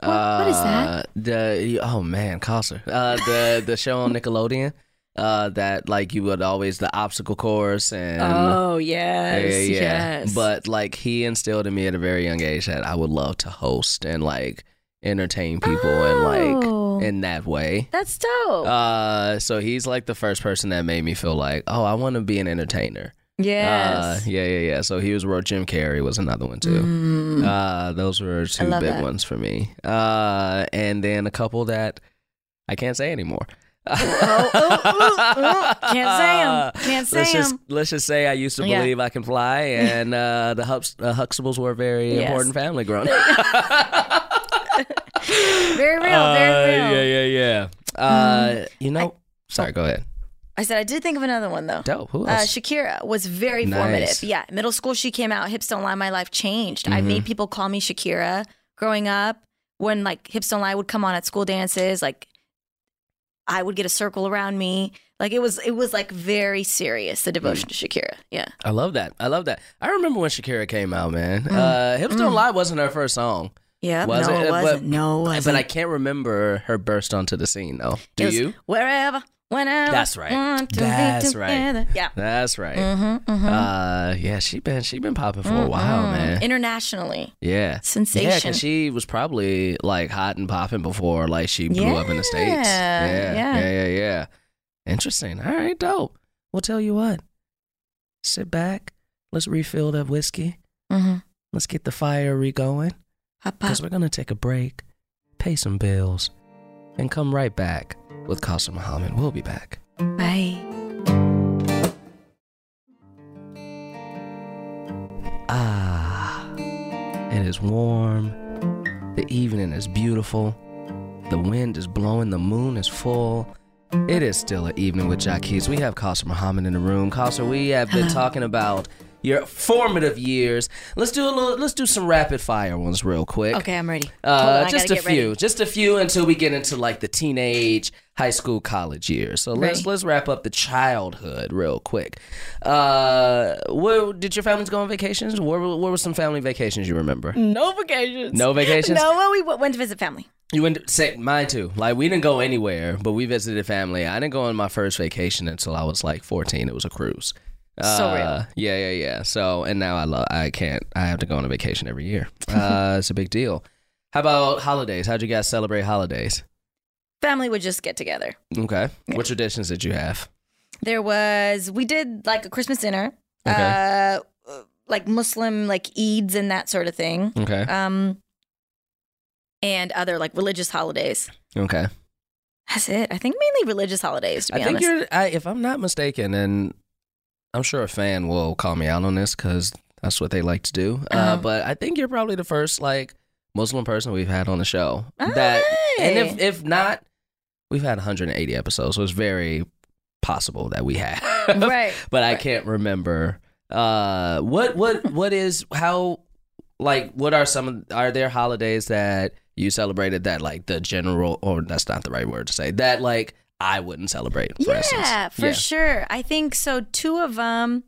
Uh, What- what is that? The oh man, Costner. Uh, the the show on Nickelodeon. Uh, that like you would always the obstacle course and oh, yes. Um, But like he instilled in me at a very young age that I would love to host and like entertain people Oh. and like in that way. that's dope. Uh, so he's like the first person that made me feel like, oh, I want to be an entertainer. Uh, yes. yeah, yeah, yeah. So he was real. Jim Carrey was another one too. Mm. Uh, those were two big love that. ones for me. Uh, and then a couple that I can't say anymore. oh, oh, oh, oh. <laughs> Can't say 'em. Can't let's say just 'em. let's just say I used to Yeah. believe I can <laughs> fly, and uh, the Hux, uh, Huxtables were a very Yes. important family growing up. <laughs> very real. Uh, very real. Mm-hmm. yeah, yeah, yeah. Uh, you know, sorry, go ahead. I said, I did think of another one, though. Dope. Who Oh, Uh, else? Shakira was very Nice. formative. Yeah, middle school she came out. Hips don't lie, my life changed. I Mm-hmm. made people call me Shakira growing up. When like hips don't lie would come on at school dances, like I would get a circle around me. Like it was, it was like very serious Mm. the devotion to Shakira. Yeah, I love that. I love that. I remember when Shakira came out, man. Mm. Uh, Hips Don't Lie wasn't her first song, yeah. Was no, it? it, Uh, but- wasn't. no, it wasn't. but I can't remember her burst onto the scene though. Do It was you? Wherever, whenever. That's right. want to be That's right. together. Yeah. That's right. Mm-hmm, mm-hmm. Uh, yeah, she been she been popping for a while, man. Internationally, Yeah. sensation. Yeah, because she was probably like hot and popping before like she blew up in the states. Yeah, Yeah, yeah. yeah, yeah, yeah. Interesting. All right, dope. Well, tell you what. Sit back. Let's refill that whiskey. mm-hmm. Let's get the fire re-going Hop, hop. because we're gonna take a break, pay some bills, and come right back with Qasim Muhammad. We'll be back. Bye. Ah, it is warm. The evening is beautiful. The wind is blowing. The moon is full. It is still an evening with Jackie's. We have Kasser Muhammad in the room. Kasser, we have been talking about your formative years. Let's do a little. Let's do some rapid fire ones real quick. Okay, I'm ready. Hold on, Uh, I just a gotta get few, ready. just a few until we get into like the teenage, high school, college years. So let's Right. let's wrap up the childhood real quick. Uh, where did your families go on vacations? Where were- where were some family vacations you remember? No vacations. No vacations. No, well, we w- went to visit family. You went say mine too. Like we didn't go anywhere, but we visited family. I didn't go on my first vacation until I was like 14. It was a cruise. So real. Uh, yeah, yeah, yeah. So and now I love. I can't. I have to go on a vacation every year. <laughs> Uh, it's a big deal. How about holidays? How'd you guys celebrate holidays? Family would just get together. Okay. What traditions did you have? There was we did like a Christmas dinner, Okay. uh, like Muslim like Eids and that sort of thing, Okay. um, and other like religious holidays. Okay. That's it. I think mainly religious holidays. To I be think honest, you're. I, if I'm not mistaken, and I'm sure a fan will call me out on this because that's what they like to do. uh Uh-huh. but I think you're probably the first like Muslim person we've had on the show Oh, that And hey. if if not, we've had 180 episodes, so it's very possible that we have. right. but I right. can't remember. Uh, what <laughs> what what is how like what are some of- are there holidays that you celebrated that like the general or that's not the right word to say that like I wouldn't celebrate. For yeah, instance. for sure. I think so. Two of them,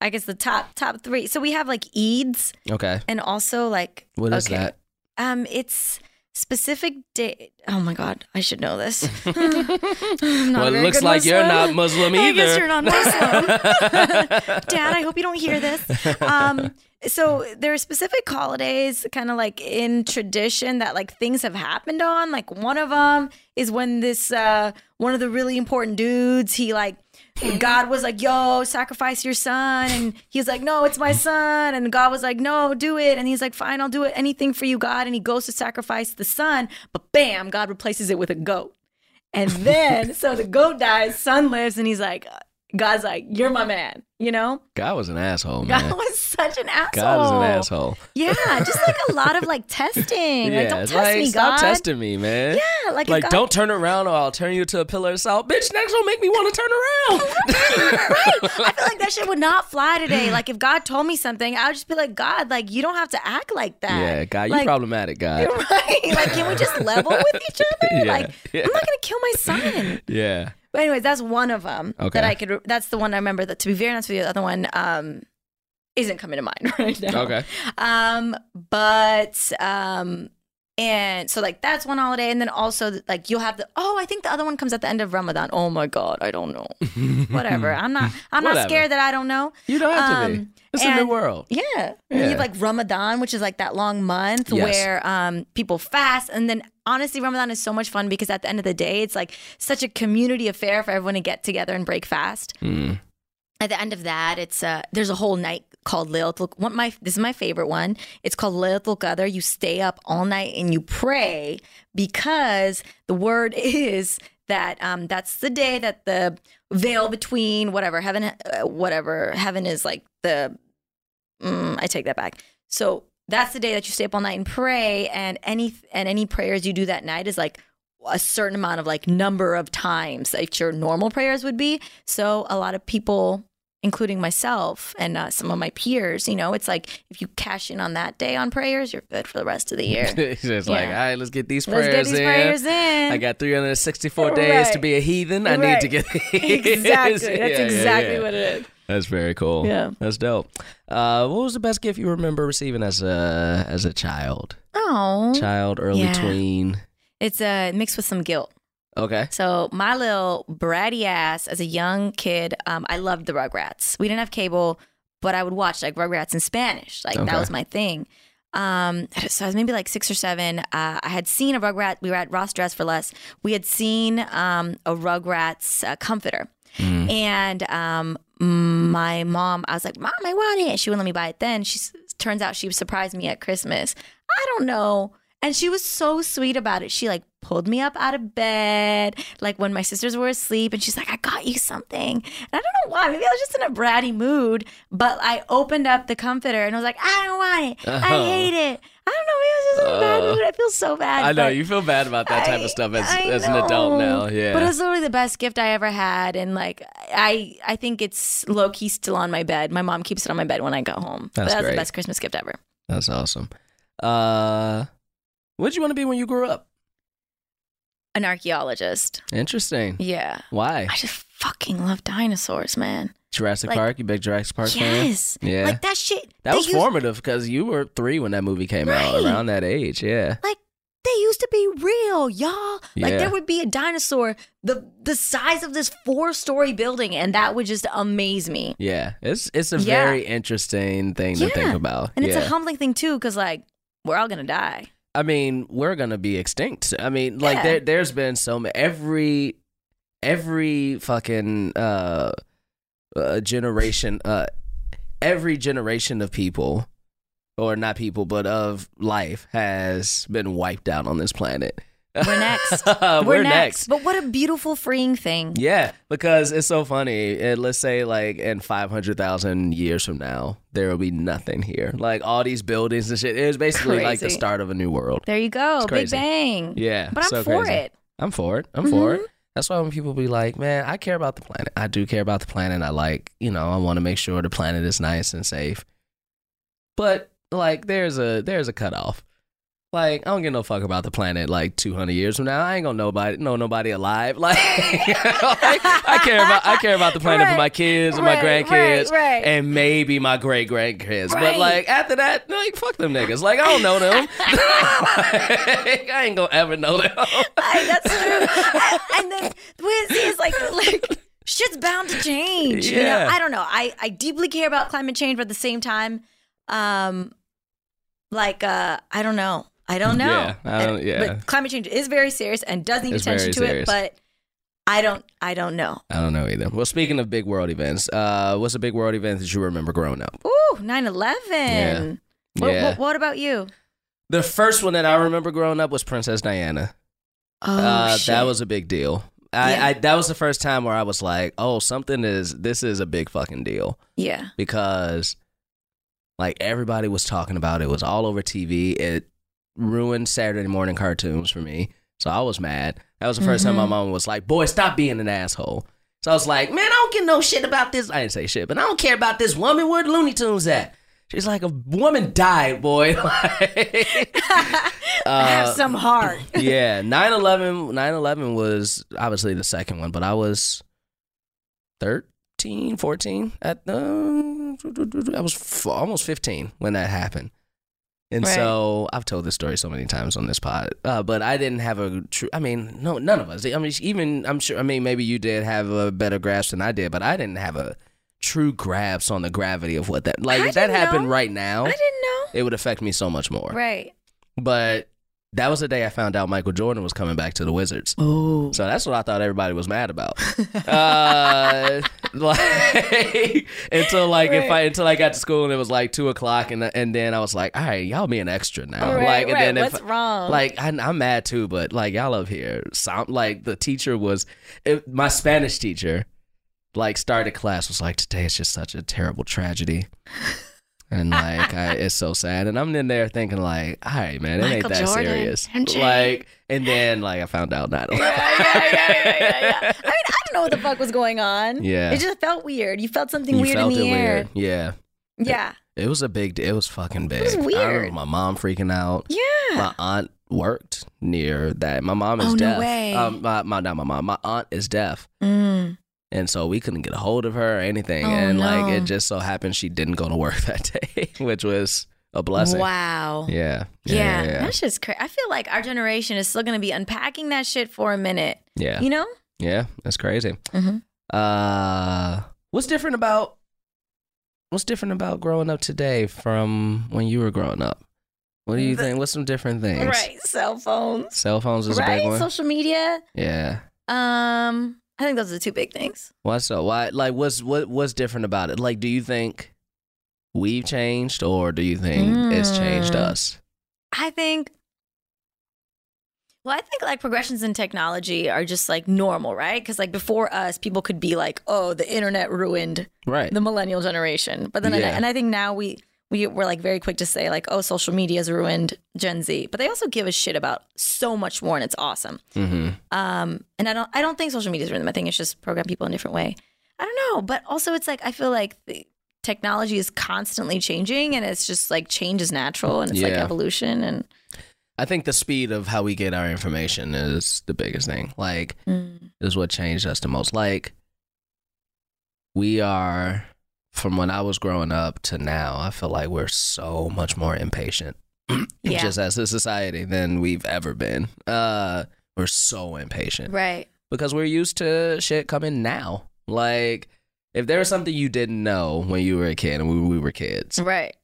I guess the top top three. So we have like Eids Okay. and also like What is okay. that? Um, it's specific day. Oh my god, I should know this. <laughs> <laughs> I'm not a Well, it very looks good like you're not Muslim. Muslim I either. <laughs> <laughs> guess you're not Muslim. Dad, I hope you don't hear this. Um, so there are specific holidays kind of like in tradition that like things have happened on like one of them is when this uh one of the really important dudes he like god was like yo sacrifice your son and he's like no it's my son and god was like no do it and he's like fine i'll do it anything for you god and he goes to sacrifice the son but bam god replaces it with a goat and then so the goat dies son lives and he's like god's like you're my man you know God was an asshole, god man. was such an asshole God is an asshole. yeah, just like a lot of <laughs> like testing. like, don't it's test like, me, stop God. testing me, man. Yeah, like, Like, God, don't turn around or I'll turn you to a pillar of salt. Bitch, next will make me want to turn Oh, around. I feel like that shit would not fly today. Like if God told me something, I would just be like, God, like you don't have to act like <laughs> that. yeah, God, you like, problematic, God. <laughs> Right? Like, can we just level with <laughs> each other? Yeah, like, yeah. I'm not gonna kill my son. <laughs> Yeah. But anyways, that's one of them Okay. that I could. That's the one I remember. That to be very honest with you, the other one um, isn't coming to mind <laughs> right now. Okay. Um, but um, and so like that's one holiday, and then also like you'll have the oh, I think the other one comes at the end of Ramadan. Oh my God, <laughs> I don't know. Whatever. I'm not. I'm Hmm. not Whatever. scared that I don't know. <laughs> You don't have to be. Um, It's a new and- world. <laughs> Yeah. And you Yeah. have like Ramadan, which is like that long month Yes. where um, people fast. And then honestly, Ramadan is so much fun because at the end of the day, it's like such a community affair for everyone to get together and break fast. Mm. At the end of that, it's uh, there's a whole night called Laylatul. What my this is my favorite one. It's called Laylatul Qadr. You stay up all night and you pray because the word <laughs> is that um, that's the day that the veil between whatever heaven, uh, whatever heaven is like the. Mm, I take that back. So that's the day that you stay up all night and pray, and any and any prayers you do that night is like a certain amount of like number of times that your normal prayers would be. So a lot of people, including myself and uh, some of my peers, you know, it's like if you cash in on that day on prayers, you're good for the rest of the year. <laughs> it's just like, all Yeah. right, let's get these Let's prayers get these in. prayers in. I got <laughs> 364 days to Right. be a heathen. I need to Right. get <laughs> these. <laughs> exactly. That's Yeah, yeah, exactly yeah. what it is. That's very cool. Yeah. That's dope. Uh, what was the best gift you remember receiving as a as a child? Oh, Child, early Yeah. tween. it's uh, mixed with some guilt. Okay. So my little bratty ass as a young kid, um, I loved the Rugrats. We didn't have cable, but I would watch like Rugrats in Spanish. Like Okay. that was my thing. Um, <sighs> so I was maybe like six or seven. Uh, I had seen a Rugrat. We were at Ross Dress for Less. We had seen um, a Rugrats uh, comforter, Mm. and um, my mom. I was like, "Mom, I want it." She wouldn't let me buy it then. She s- turns out she surprised me at Christmas. I don't know. And she was so sweet about it. She like pulled me up out of bed, like when my sisters were asleep, and she's like, I got you something. And I don't know why. Maybe I was just in a bratty mood, but I opened up the comforter and I was like, I don't want it. I Oh. hate it. I don't know. Maybe I was just in a bad Oh. mood. I feel so bad. I know but you feel bad about that type I- of stuff as, I as an adult know. now. Yeah. But it was literally the best gift I ever had. And like, I I think it's low key still on my bed. My mom keeps it on my bed when I go home. That's but that was great. the best Christmas gift ever. That's awesome. Uh, what did you want to be when you grew up? An archaeologist. Interesting. Yeah. Why? I just fucking love dinosaurs, man. Jurassic like- Park. You big Jurassic Park fan? Yes. Yeah. Like that shit. That they was used, formative because you were three when that movie came out, Right. around that age. Yeah. Like they used to be real, y'all. Like Yeah. there would be a dinosaur the the size of this four story building, and that would just amaze me. Yeah. It's it's a Yeah. very interesting thing to think Yeah. about. And yeah. it's a humbling thing too, because like we're all gonna die. I mean, we're gonna be extinct. I mean, like Yeah. there, there's been so ma- every every fucking uh, uh generation uh every generation of people or not people but of life has been wiped out on this planet. We're next. <laughs> Uh, we're, next. But what a beautiful freeing thing. Yeah, because it's so funny. And let's say like in five hundred thousand years from now, there will be nothing here. Like all these buildings and shit. It was basically like the Crazy. start of a new world. There you go. Big crazy. bang. Yeah, But I'm so for crazy. it. I'm for it. I'm for Mm-hmm. it. That's why when people be like, "Man, I care about the planet. I do care about the planet. I like, you know, I want to make sure the planet is nice and safe." But like, there's a there's a cutoff. Like, I don't give no fuck about the planet. Like, 200 years from now, I ain't gonna nobody know nobody alive. <laughs> Like, I care about I care about the planet for Right. my kids and my Right, grandkids right, right. and maybe my great grandkids. But Right. like after that, like fuck them niggas. Like I don't know <laughs> them. <laughs> Like, I ain't gonna ever know them. I, that's true. and then the way it is like like shit's bound to change. You Yeah. know, I don't know. I, I deeply care about climate change, but at the same time, um, like uh, I don't know. I don't know. Yeah, I don't- And- yeah. But climate change is very serious and does need It's very attention to serious. it. But I don't. I don't know. I don't know either. Well, speaking of big world events, uh, what's a big world event that you remember growing up? Ooh, 9-11. What, Yeah. What, what about you? The first one that I remember growing up was Princess Diana. Oh, uh, shit. that was a big deal. I, Yeah. I that was the first time where I was like, oh, something is this is a big fucking deal <laughs> yeah. because like everybody was talking about it. It was all over TV. It ruined Saturday morning cartoons for me. So I was mad. That was the 1st time my Mhm. mom was like, boy, stop being an asshole. So I was like, man, I don't get no shit about this. I didn't say shit, but I don't care about this woman. Where Looney Tunes at? She's like, a woman died, boy. <laughs> <laughs> Like, Have uh, some heart. yeah 9-11 9-11 was obviously the second one but i was 13 14 at um, i was f- almost 15 when that happened and Right. so i've told this story so many times on this pod uh, but i didn't have a true i mean no none of us i mean even i'm sure i mean maybe you did have a better grasp than i did but i didn't have a true grasp on the gravity of what that like I if that didn't happened know. right now I didn't it would affect me so much more know. Right. but that was the day I found out Michael Jordan was coming back to the Wizards. <laughs> <laughs> Oh. So that's what I thought everybody was mad about. uh, <laughs> like until like if I Right. until I got to school and it was like two o'clock and and then I was like, all right, y'all being extra now. Oh, like and then if What's wrong? like I, I'm mad too, but like y'all up here, so, like the teacher was it, my Spanish teacher. Like started class was like today is just such a terrible tragedy, and like <laughs> I, it's so sad. And I'm in there thinking like, all right, man, it ain't Michael that Jordan, serious. MJ. Like, and then like I found out not. <laughs> yeah, yeah, yeah, yeah, yeah, <laughs> yeah. I mean, I don't know what the fuck was going on. Yeah. It just felt weird. You felt something You weird felt in the it air. weird. Yeah, Yeah. it was a big. It was fucking big. was I remember weird. my mom freaking out. Yeah. my aunt worked near that. My mom is Oh, no deaf. way. Um, my, my not my mom. My aunt is deaf, Mm. and so we couldn't get a hold of her or anything. Oh, and like no. it just so happened she didn't go to work <laughs> that day, which was a blessing. Wow. Yeah. Yeah, Yeah. that shit's crazy. I feel like our generation is still gonna be unpacking that shit for a minute. Yeah. You know? Yeah, That's crazy. Mhm. Uh, what's different about what's different about growing up today from when you were growing up? What do you The- think? What's some different things? Right. Cell phones. Cell phones is a Right. big one. Social media. yeah. Um, I think those are the two big things. What's up? Why? Like, what's what? What's different about it? Like, do you think we've changed, or do you think it's changed Mm. us? I think. Well, I think like progressions in technology are just like normal, right? Because like before us, people could be like, "Oh, the internet ruined Right. the millennial generation," but then Yeah. and I think now we we were like very quick to say like, "Oh, social media's ruined Gen Z," but they also give a shit about so much more, and it's awesome. hmm Um, and I don't I don't think social media's ruined them. I think it's just program people in a different way. I don't know, but also it's like I feel like the technology is constantly changing, and it's just like change is natural, and it's like Yeah. evolution and. I think the speed of how we get our information is the biggest thing. Like, Mm. is what changed us the most. Like, we are from when I was growing up to now. I feel like we're so much more impatient, <clears throat> Yeah. just as a society, than we've ever been. Uh, we're so impatient. Right. because we're used to shit coming now. Like, if there was something you didn't know when you were a kid and we, we were kids, Right.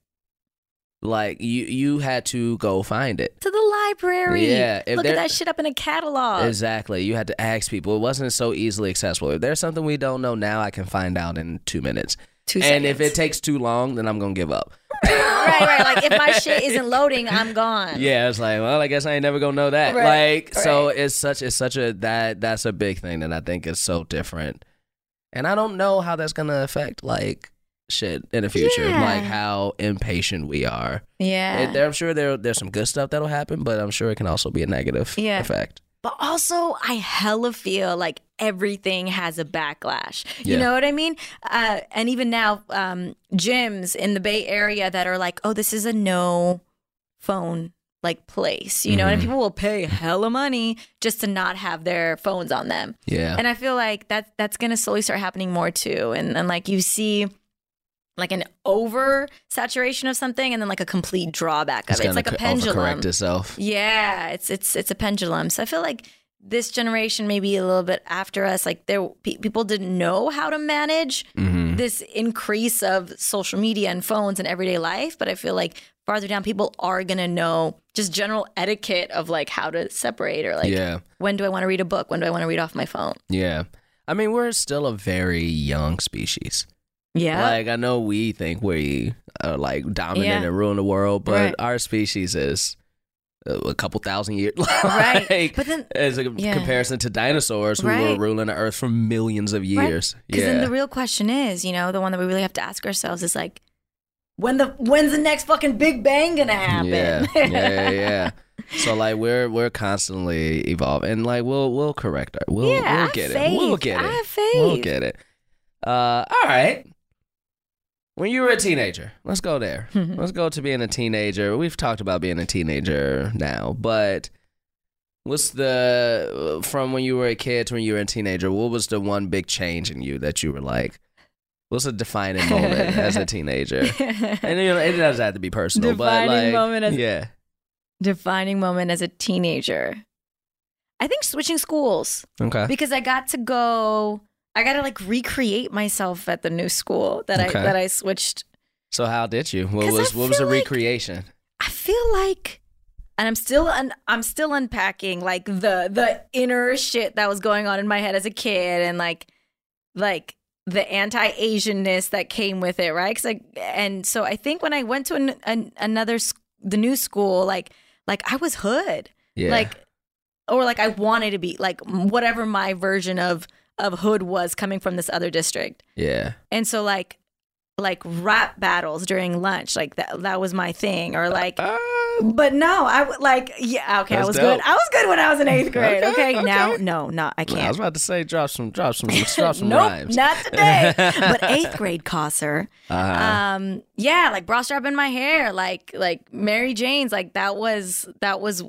like you you had to go find it. To the library. Yeah, if Look there- at that shit up in a catalog. Exactly. You had to ask people. It wasn't so easily accessible. If there's something we don't know now, I can find out in two minutes. Two and seconds. if it takes too long, then I'm gonna give up. <laughs> right, right. Like if my shit isn't loading, I'm gone. Yeah, it's like, well, I guess I ain't never gonna know that. Right, Like, so right. it's such it's such a that that's a big thing that I think is so different, and I don't know how that's gonna affect like shit in the future, Yeah. like how impatient we are. Yeah. And there, I'm sure there there's some good stuff that'll happen, but I'm sure it can also be a negative Yeah. effect. but also, I hella feel like everything has a backlash. Yeah. You know what I mean? Uh, and even now, um, gyms in the Bay Area that are like, oh, this is a no phone like place. You know, and Mhm. people will pay hella money just to not have their phones on them. Yeah, And I feel like that that's gonna slowly start happening more too. And and like you see like an over saturation of something and then like a complete drawback of it. It's like a co- pendulum. overcorrect itself. Yeah, it's it's it's a pendulum. So I feel like this generation maybe a little bit after us like there pe- people didn't know how to manage Mm-hmm. this increase of social media and phones and everyday life, but I feel like farther down, people are gonna know just general etiquette of like how to separate or like yeah. when do I want to read a book, when do I want to read off my phone. Yeah. I mean, we're still a very young species. Yeah, Like, I know we think we are like dominant Yeah. and rule the world, but Right. our species is a, a couple thousand <laughs> years. right. Like, but then as a Yeah. comparison to dinosaurs who Right. were ruling the earth for millions of years. Because Yeah. then the real question is, you know, the one that we really have to ask ourselves is like, when the when's the next fucking Big Bang gonna happen? <laughs> Yeah, yeah, yeah, yeah. So like we're we're constantly evolving, and like we'll we'll correct our we'll Yeah, I we'll have get it faith. we'll get I it have faith. we'll <laughs> get it. Uh, all right. When you were a teenager, let's go <laughs> there. let's go to being a teenager. We've talked about being a teenager now, but what's the from when you were a kid to when you were a teenager? What was the one big change in you that you were like? What's a defining moment as <laughs> a teenager? And you know, it doesn't have to be personal, but like, Defining moment as- yeah, Defining moment as a teenager. I think switching schools okay, because I got to go. I got to like recreate myself at the new school that Okay. I that I switched So how did you? What 'Cause I was what was the feel like- recreation? I feel like and I'm still un- I'm still unpacking like the the inner shit that was going on in my head as a kid and like like the anti-Asianness that came with it, right? 'Cause, like, and so I think when I went to an, an, another s- the new school, like like I was hood, Yeah, like or like I wanted to be like whatever my version of of hood was coming from this other district. yeah, And so like like rap battles during lunch, like that that was my thing. Or like but no, I would like yeah, okay, That's I was dope. good. I was good when I was in eighth grade. Okay, Okay, okay. now no, no, I I was can't. about to say drop some drop <laughs> some drop some nope, rhymes. not today. <laughs> but eighth grade cosser. uh, Um, yeah, like bra strap in my hair, like like Mary Jane's, like that was that was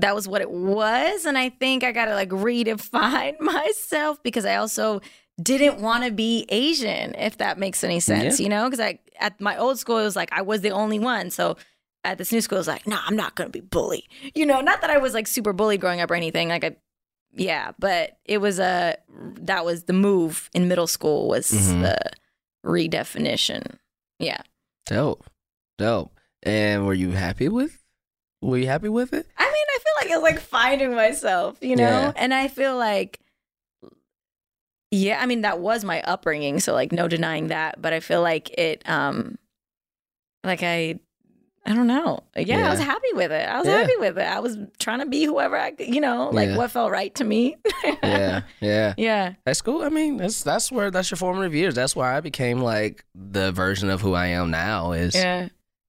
that was what it was, and I think I gotta like redefine <laughs> myself because I also didn't want to be Asian, if that makes any sense, you know? Because I at my old school it was like I was the only one, so. At this new school, it was like, nah, I'm not gonna be bullied. You know, not that I was like super bullied growing up or anything. Like, I, yeah, but it was a that was the move in middle school was Mhm. the redefinition. Yeah. dope, dope. And were you happy with? Were you happy with it? I mean, I feel like it's like finding myself, you know? Yeah. And I feel like, yeah, I mean, that was my upbringing. So, like, no denying that. But I feel like it, um, like, I, I don't know. Yeah, I was Yeah. happy with it. I was Yeah. happy with it. I was trying to be whoever I, could, you know, like Yeah. what felt right to me. Yeah, yeah. <laughs> yeah. High school. I mean, that's that's where that's your formative years. That's where I became like the version of who I am now. Is Yeah.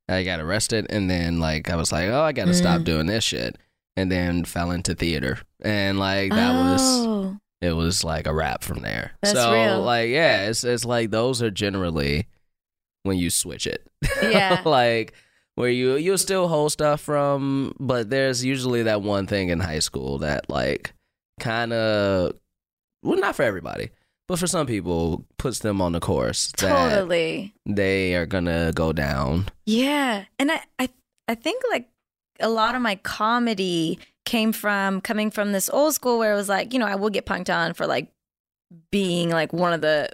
I got arrested, and then like I was like, oh, I got to stop Mm. doing this shit, and then fell into theater, and like that was Oh, it was like a wrap from there. That's so real. like yeah, it's it's like those are generally when you switch it. <laughs> Yeah. like where you you'll still hold stuff from, but there's usually that one thing in high school that like kind of well not for everybody, but for some people puts them on the course that totally. they are gonna go down. Yeah. And I, I I think like a lot of my comedy came from coming from this old school where it was like, you know, I will get punked on for like being like one of the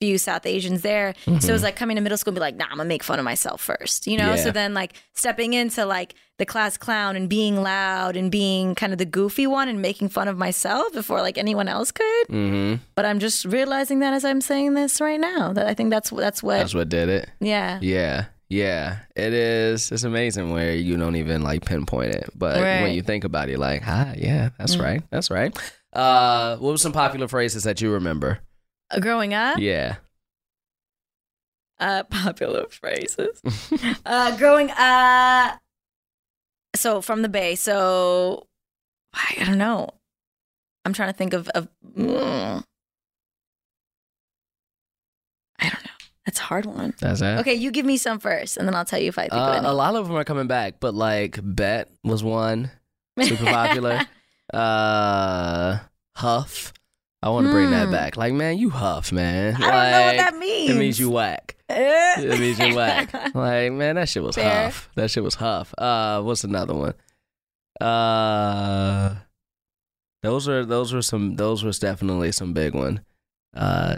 few South Asians there. So <laughs> it was like coming to middle school and be like, nah, I'm gonna make fun of myself first. You know? Mm-hmm. Yeah. So then like stepping into like the class clown and being loud and being kind of the goofy one and making fun of myself before like anyone else could. hmm But I'm just realizing that as I'm saying this right now. That I think that's that's what That's what did it. yeah. Yeah. Yeah. It is it's amazing where you don't even like pinpoint it. But when Right. you think about it, like, ah, yeah, that's Mhm. right. That's right. Uh what were some popular phrases that you remember? Uh, Growing up. Yeah. <laughs> uh, <laughs> popular phrases. uh, growing uh so from the Bay, so I I don't know. I'm trying to think of of. mm. I don't know. That's a hard one. That's it. Okay, you give me some first, and then I'll tell you if I think Uh, a of lot of them are coming back, but like Bet was one any. super popular. uh Huff. I want to bring that Hmm. back. Like, man, you huff, man. <laughs> I don't know Like, what that means. It means <laughs> you whack. Eh. It means you whack. Like, man, that shit was Fair. huff. That shit was huff. Uh, what's another one? Uh, those are those were some those was definitely some big one. Uh,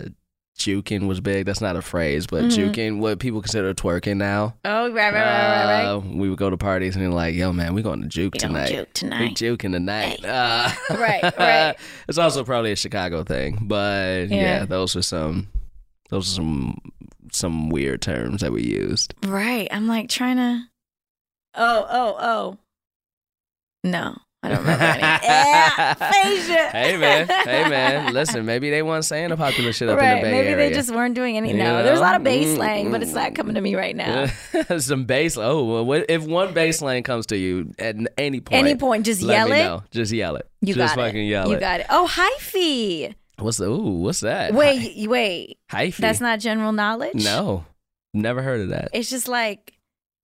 juking was big. That's not a phrase, but juking, what people consider twerking now. Oh, Mm-hmm. right, right, right, right, right. Uh, we would go to parties and be like, yo, man, we're going to juke Don't tonight. juke We tonight. juking tonight. Uh, <laughs> Right, right. it's also probably a Chicago thing, but yeah. Yeah. those are some, those are some, some weird terms that we used. Right. I'm like trying to. Oh, oh, oh. No, I don't <laughs> remember any. yeah, aphasia. hey man, hey <laughs> man. Listen, maybe they weren't saying the popular shit up in the right. Bay Maybe Area. they <laughs> just weren't doing any. You No, there's a lot of know? bass Mm, slang, but it's not coming to me right now. some bass. Oh, well, what, if one bass line comes to you at n- any point, Any point, just let yell me it. know. Just yell it. You just got fucking it. yell you it. got it. Oh, hyphy. What's the? Ooh, what's that? Wait, y- wait. Hy- hyphy. That's not general knowledge. No, never heard of that. It's just like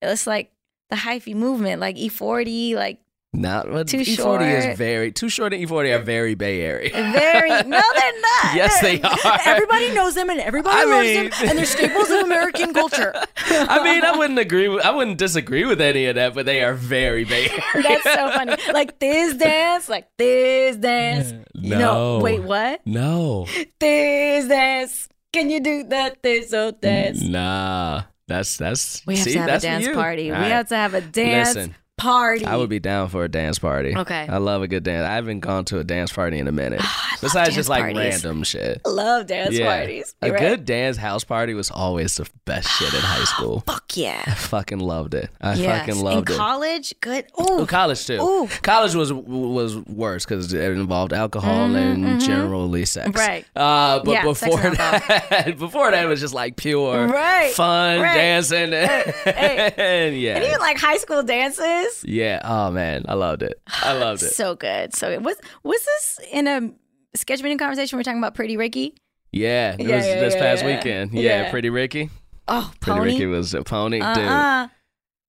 it's like the hyphy movement, like E40, like Not but Too E40 is short. very too short. And E40 are very Bay <laughs> Area. very. no, they're not. Yes, They're- <laughs> they are. Everybody knows them, and everybody I loves mean- them, and they're staples of American <laughs> culture. <laughs> <laughs> I mean, I wouldn't agree. With, I wouldn't disagree with any of that, but they are very Bay Area. <laughs> That's so funny. Like this dance, like this dance. No. Wait, what? No, This dance. Can you do that? This old dance. nah. That's that's. We have Mm. see, to have a that's for dance you. party. All We right. have to have a dance Listen, party. I would be down for a dance party. Okay. I love a good dance. I haven't gone to a dance party in a minute. Ah, love Besides dance just like parties. random shit. love dance yeah. parties. A Right? good dance house party was always the best shit in high school. Fuck yeah. I fucking loved it. I Yes. fucking loved In it. college, good. Ooh, Oh, college too. Ooh. College was was worse because it involved alcohol and generally sex. Mm-hmm, Right. Uh, but Yeah, sex and before that, <laughs> before that it was just like pure Right, fun right. dancing. hey. <laughs> and yeah, and even like high school dances. yeah. Oh man, I loved it. I loved <laughs> it. So good. So good. Was was this in a sketch meeting conversation? We're talking about Pretty Ricky. Yeah, it Yeah, was yeah, this yeah, past yeah. weekend. Yeah, Yeah. Pretty Ricky. Oh, Pretty pony. Ricky was a pony, dude. uh-uh.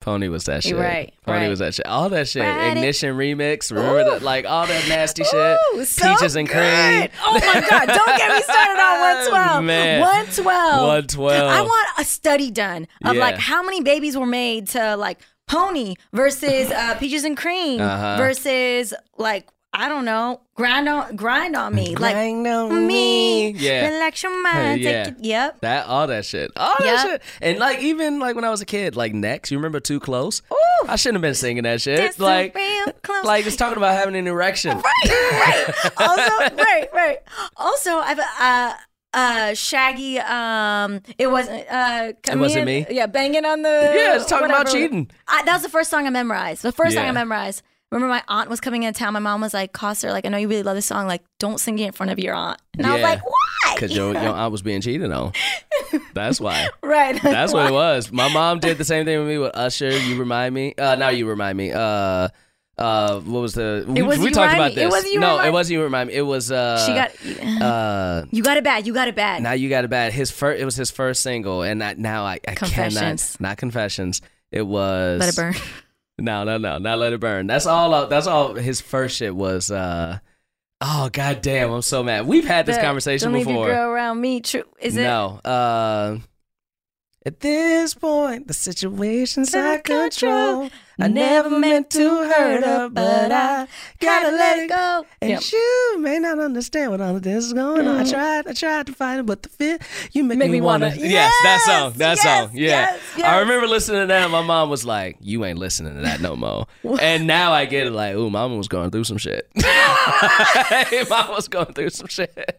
Pony was that shit. You're right, Pony right. was that shit. All that shit. Right. Ignition remix. Remember that? Like all that nasty shit. Ooh, so Peaches and cream. good. Oh my God. Don't get me started <laughs> on 112. Man. 112. 112. I want a study done of Yeah. like how many babies were made to like pony versus uh, peaches and cream Uh-huh. versus like, I don't know, grind on, grind on me. Like Grind on me. Yeah. Relax your mind. Yeah. Take it. Yep. That all that shit. All that Yeah. shit. And like even like when I was a kid, like next, you remember Too Close? Ooh. I shouldn't have been singing that shit. Dancing like real close. like it's talking about having an erection. <laughs> right, right. Also, right, right. Also, I've uh uh Shaggy. Um, it wasn't. Uh, come wasn't in- me. Yeah, banging on the. Yeah, it's talking about whatever. cheating. I, that was the first song I memorized. The first song Yeah. I memorized. Remember, my aunt was coming into town. My mom was like, "Coster, like I know you really love this song. Like, don't sing it in front of your aunt." And I was Yeah. like, "Why?" Cause your, your aunt was being cheated <laughs> on. That's why. right. That's what it was. My mom did the same thing with me with Usher. You remind me. Uh, now you remind me. Uh, uh, what was the? We, was we You talked Remind about Me. this. It was You no, Remind- it wasn't you remind me. It was. Uh, <laughs> she got. Uh, you got it bad. You got it bad. now you got it bad. His first. It was his first single, and I, now I, I Confessions. cannot. Not confessions. It was. Let it burn. No, no, no, not let it burn. That's all. That's all. His first shit was. Uh, oh god damn! I'm so mad. We've had this The- conversation don't before. Leave your girl around me. True. Is it? no. Uh, at this point, the situation's out of control. I never meant to hurt her, but I gotta let it go. And Yep. you may not understand what all of this is going on. I tried, I tried to fight it, but the fit you Mm-hmm. make, Make me wanna- Yes, that Yes, song, that yes, song. Yeah, yes, I yes. remember listening to that. and My mom was like, "You ain't listening to that no more." <laughs> and now I get it. Like, ooh, mama was going through some shit. <laughs> mama was going through some shit.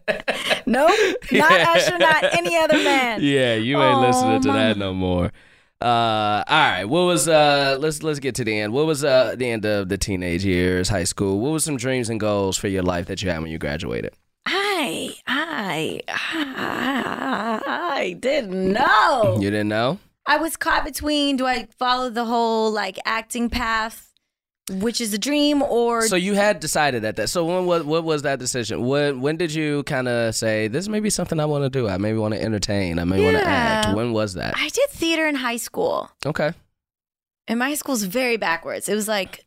<laughs> No, not Yeah. Usher, not any other man. Yeah, you ain't Aw, listening to that mama. no more. Uh, all right. What was uh? Let's let's get to the end. What was uh the end of the teenage years, high school? What was some dreams and goals for your life that you had when you graduated? I, I, I, I didn't know. You didn't know? I was caught between do I follow the whole like acting path, which is a dream, or So you had decided at that. So when what what was that decision? When when did you kind of say this may be something I want to do? I maybe want to entertain. I may want to Yeah. act. When was that? I did theater in high school, Okay. and my high school's very backwards. It was like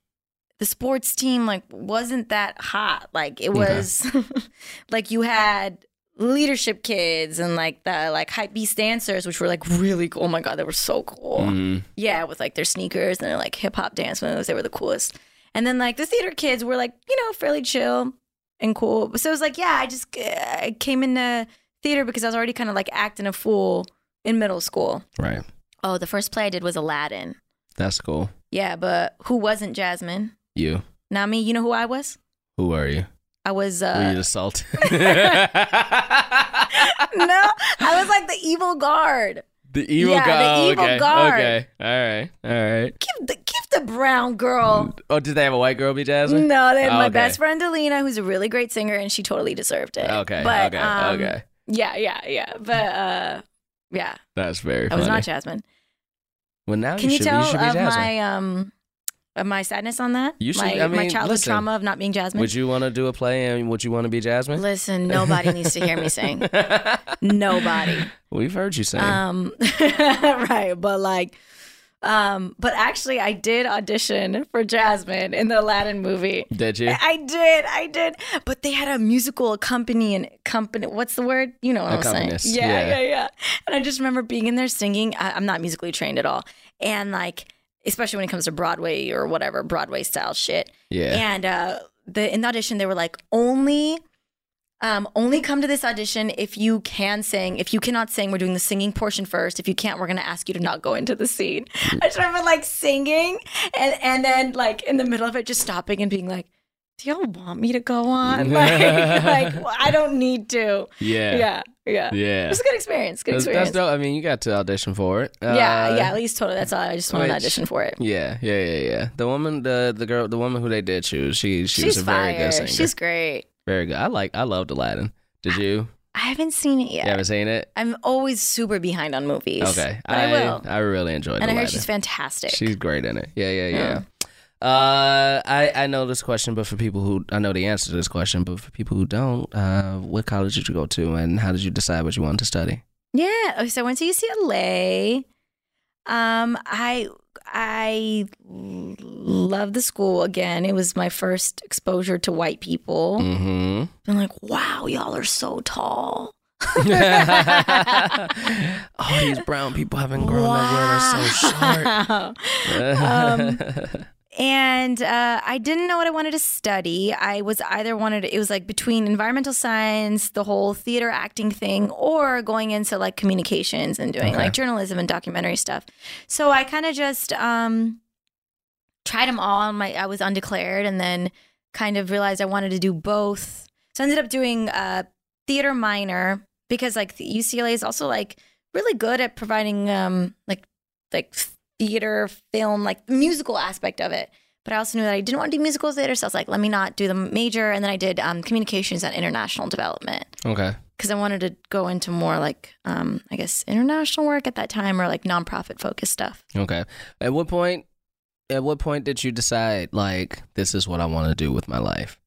the sports team like wasn't that hot. Like it Okay. was <laughs> like you had leadership kids and like the like hype beast dancers, which were like really cool. Oh my god, they were so cool. Mm, yeah, with like their sneakers and their like hip hop dance moves. They were the coolest. And then like the theater kids were like, you know, fairly chill and cool. So it was like, yeah, I just uh, I came into theater because I was already kind of like acting a fool in middle school. Right. Oh, the first play I did was Aladdin. That's cool. Yeah, but who wasn't Jasmine? You. Not me. You know who I was? Who are you? I was Were you uh the <laughs> salt? no, I was like the evil guard. the evil Yeah, the guy. Oh, evil okay. guard. Okay. All right. All right. Give the give the brown girl. Oh, did they have a white girl be Jasmine? No, they had Oh, my okay. best friend Alina, who's a really great singer, and she totally deserved it. Okay. But, okay. um, okay. Yeah, yeah, yeah. But uh, yeah, That's very I funny. was not Jasmine. well, now Can you you, should, be- tell you should be of Jasmine. my um of my sadness on that? You should- my, I my mean, childhood listen. trauma of not being Jasmine. Would you want to do a play and would you want to be Jasmine? <laughs> <laughs> Listen, nobody needs to hear me sing. Nobody. We've heard you sing. Um, <laughs> right, but like, um, but actually, I did audition for Jasmine in the Aladdin movie. did you? <laughs> I did, I did. But they had a musical accompanying company. What's the word? You know what I'm saying? Accompanist, Yeah, yeah. yeah, yeah, And I just remember being in there singing. I, I'm not musically trained at all, and like, especially when it comes to Broadway or whatever Broadway style shit. Yeah. And uh, the in the audition, they were like, only, um, only come to this audition if you can sing. If you cannot sing, we're doing the singing portion first. If you can't, we're gonna ask you to not go into the scene. Mm. I just remember like singing, and and then like in the middle of it, just stopping and being like. Do y'all want me to go <laughs> on? Like, like well, I don't need to. Yeah. Yeah, yeah. It Yeah. was a good experience. Good That's, that's experience. dope. I mean, you got to audition for it. yeah, Uh, yeah. At least totally. That's all. I just wanted to which- audition for it. Yeah, yeah, yeah, yeah. The woman, the the girl, the woman who they did choose, she she She's was a very fire. good singer. She's great. very good. I like, I loved Aladdin. Did you? I haven't seen it yet. You haven't seen it? I'm always super behind on movies. Okay, But I, will. I really enjoyed. and I Aladdin. heard she's fantastic. She's great in it. Yeah, yeah, yeah. Uh, I I know this question, but for people who I know the answer to this question, but for people who don't, uh, what college did you go to, and how did you decide what you wanted to study? yeah. Okay, so I went to UCLA. Um, I I love the school again. It was my first exposure to white people. Mm-hmm. I'm like, wow, y'all are so tall. <laughs> oh, these brown people haven't grown up. Wow. They're so short. and uh, I didn't know what I wanted to study. I was either wanted it was like between environmental science, the whole theater acting thing, or going into like communications and doing Okay. like journalism and documentary stuff. So I kind of just um, tried them all. and My I was undeclared, and then kind of realized I wanted to do both. So I ended up doing uh, theater minor because like the UCLA is also like really good at providing um, like like theater, film, like the musical aspect of it. But I also knew that I didn't want to do musical theater, so I was like, let me not do the major. And then I did um, communications and international development <laughs> okay. because I wanted to go into more like um, I guess international work at that time or like nonprofit focused stuff. Okay. At what point? At what point did you decide like this is what I want to do with my life,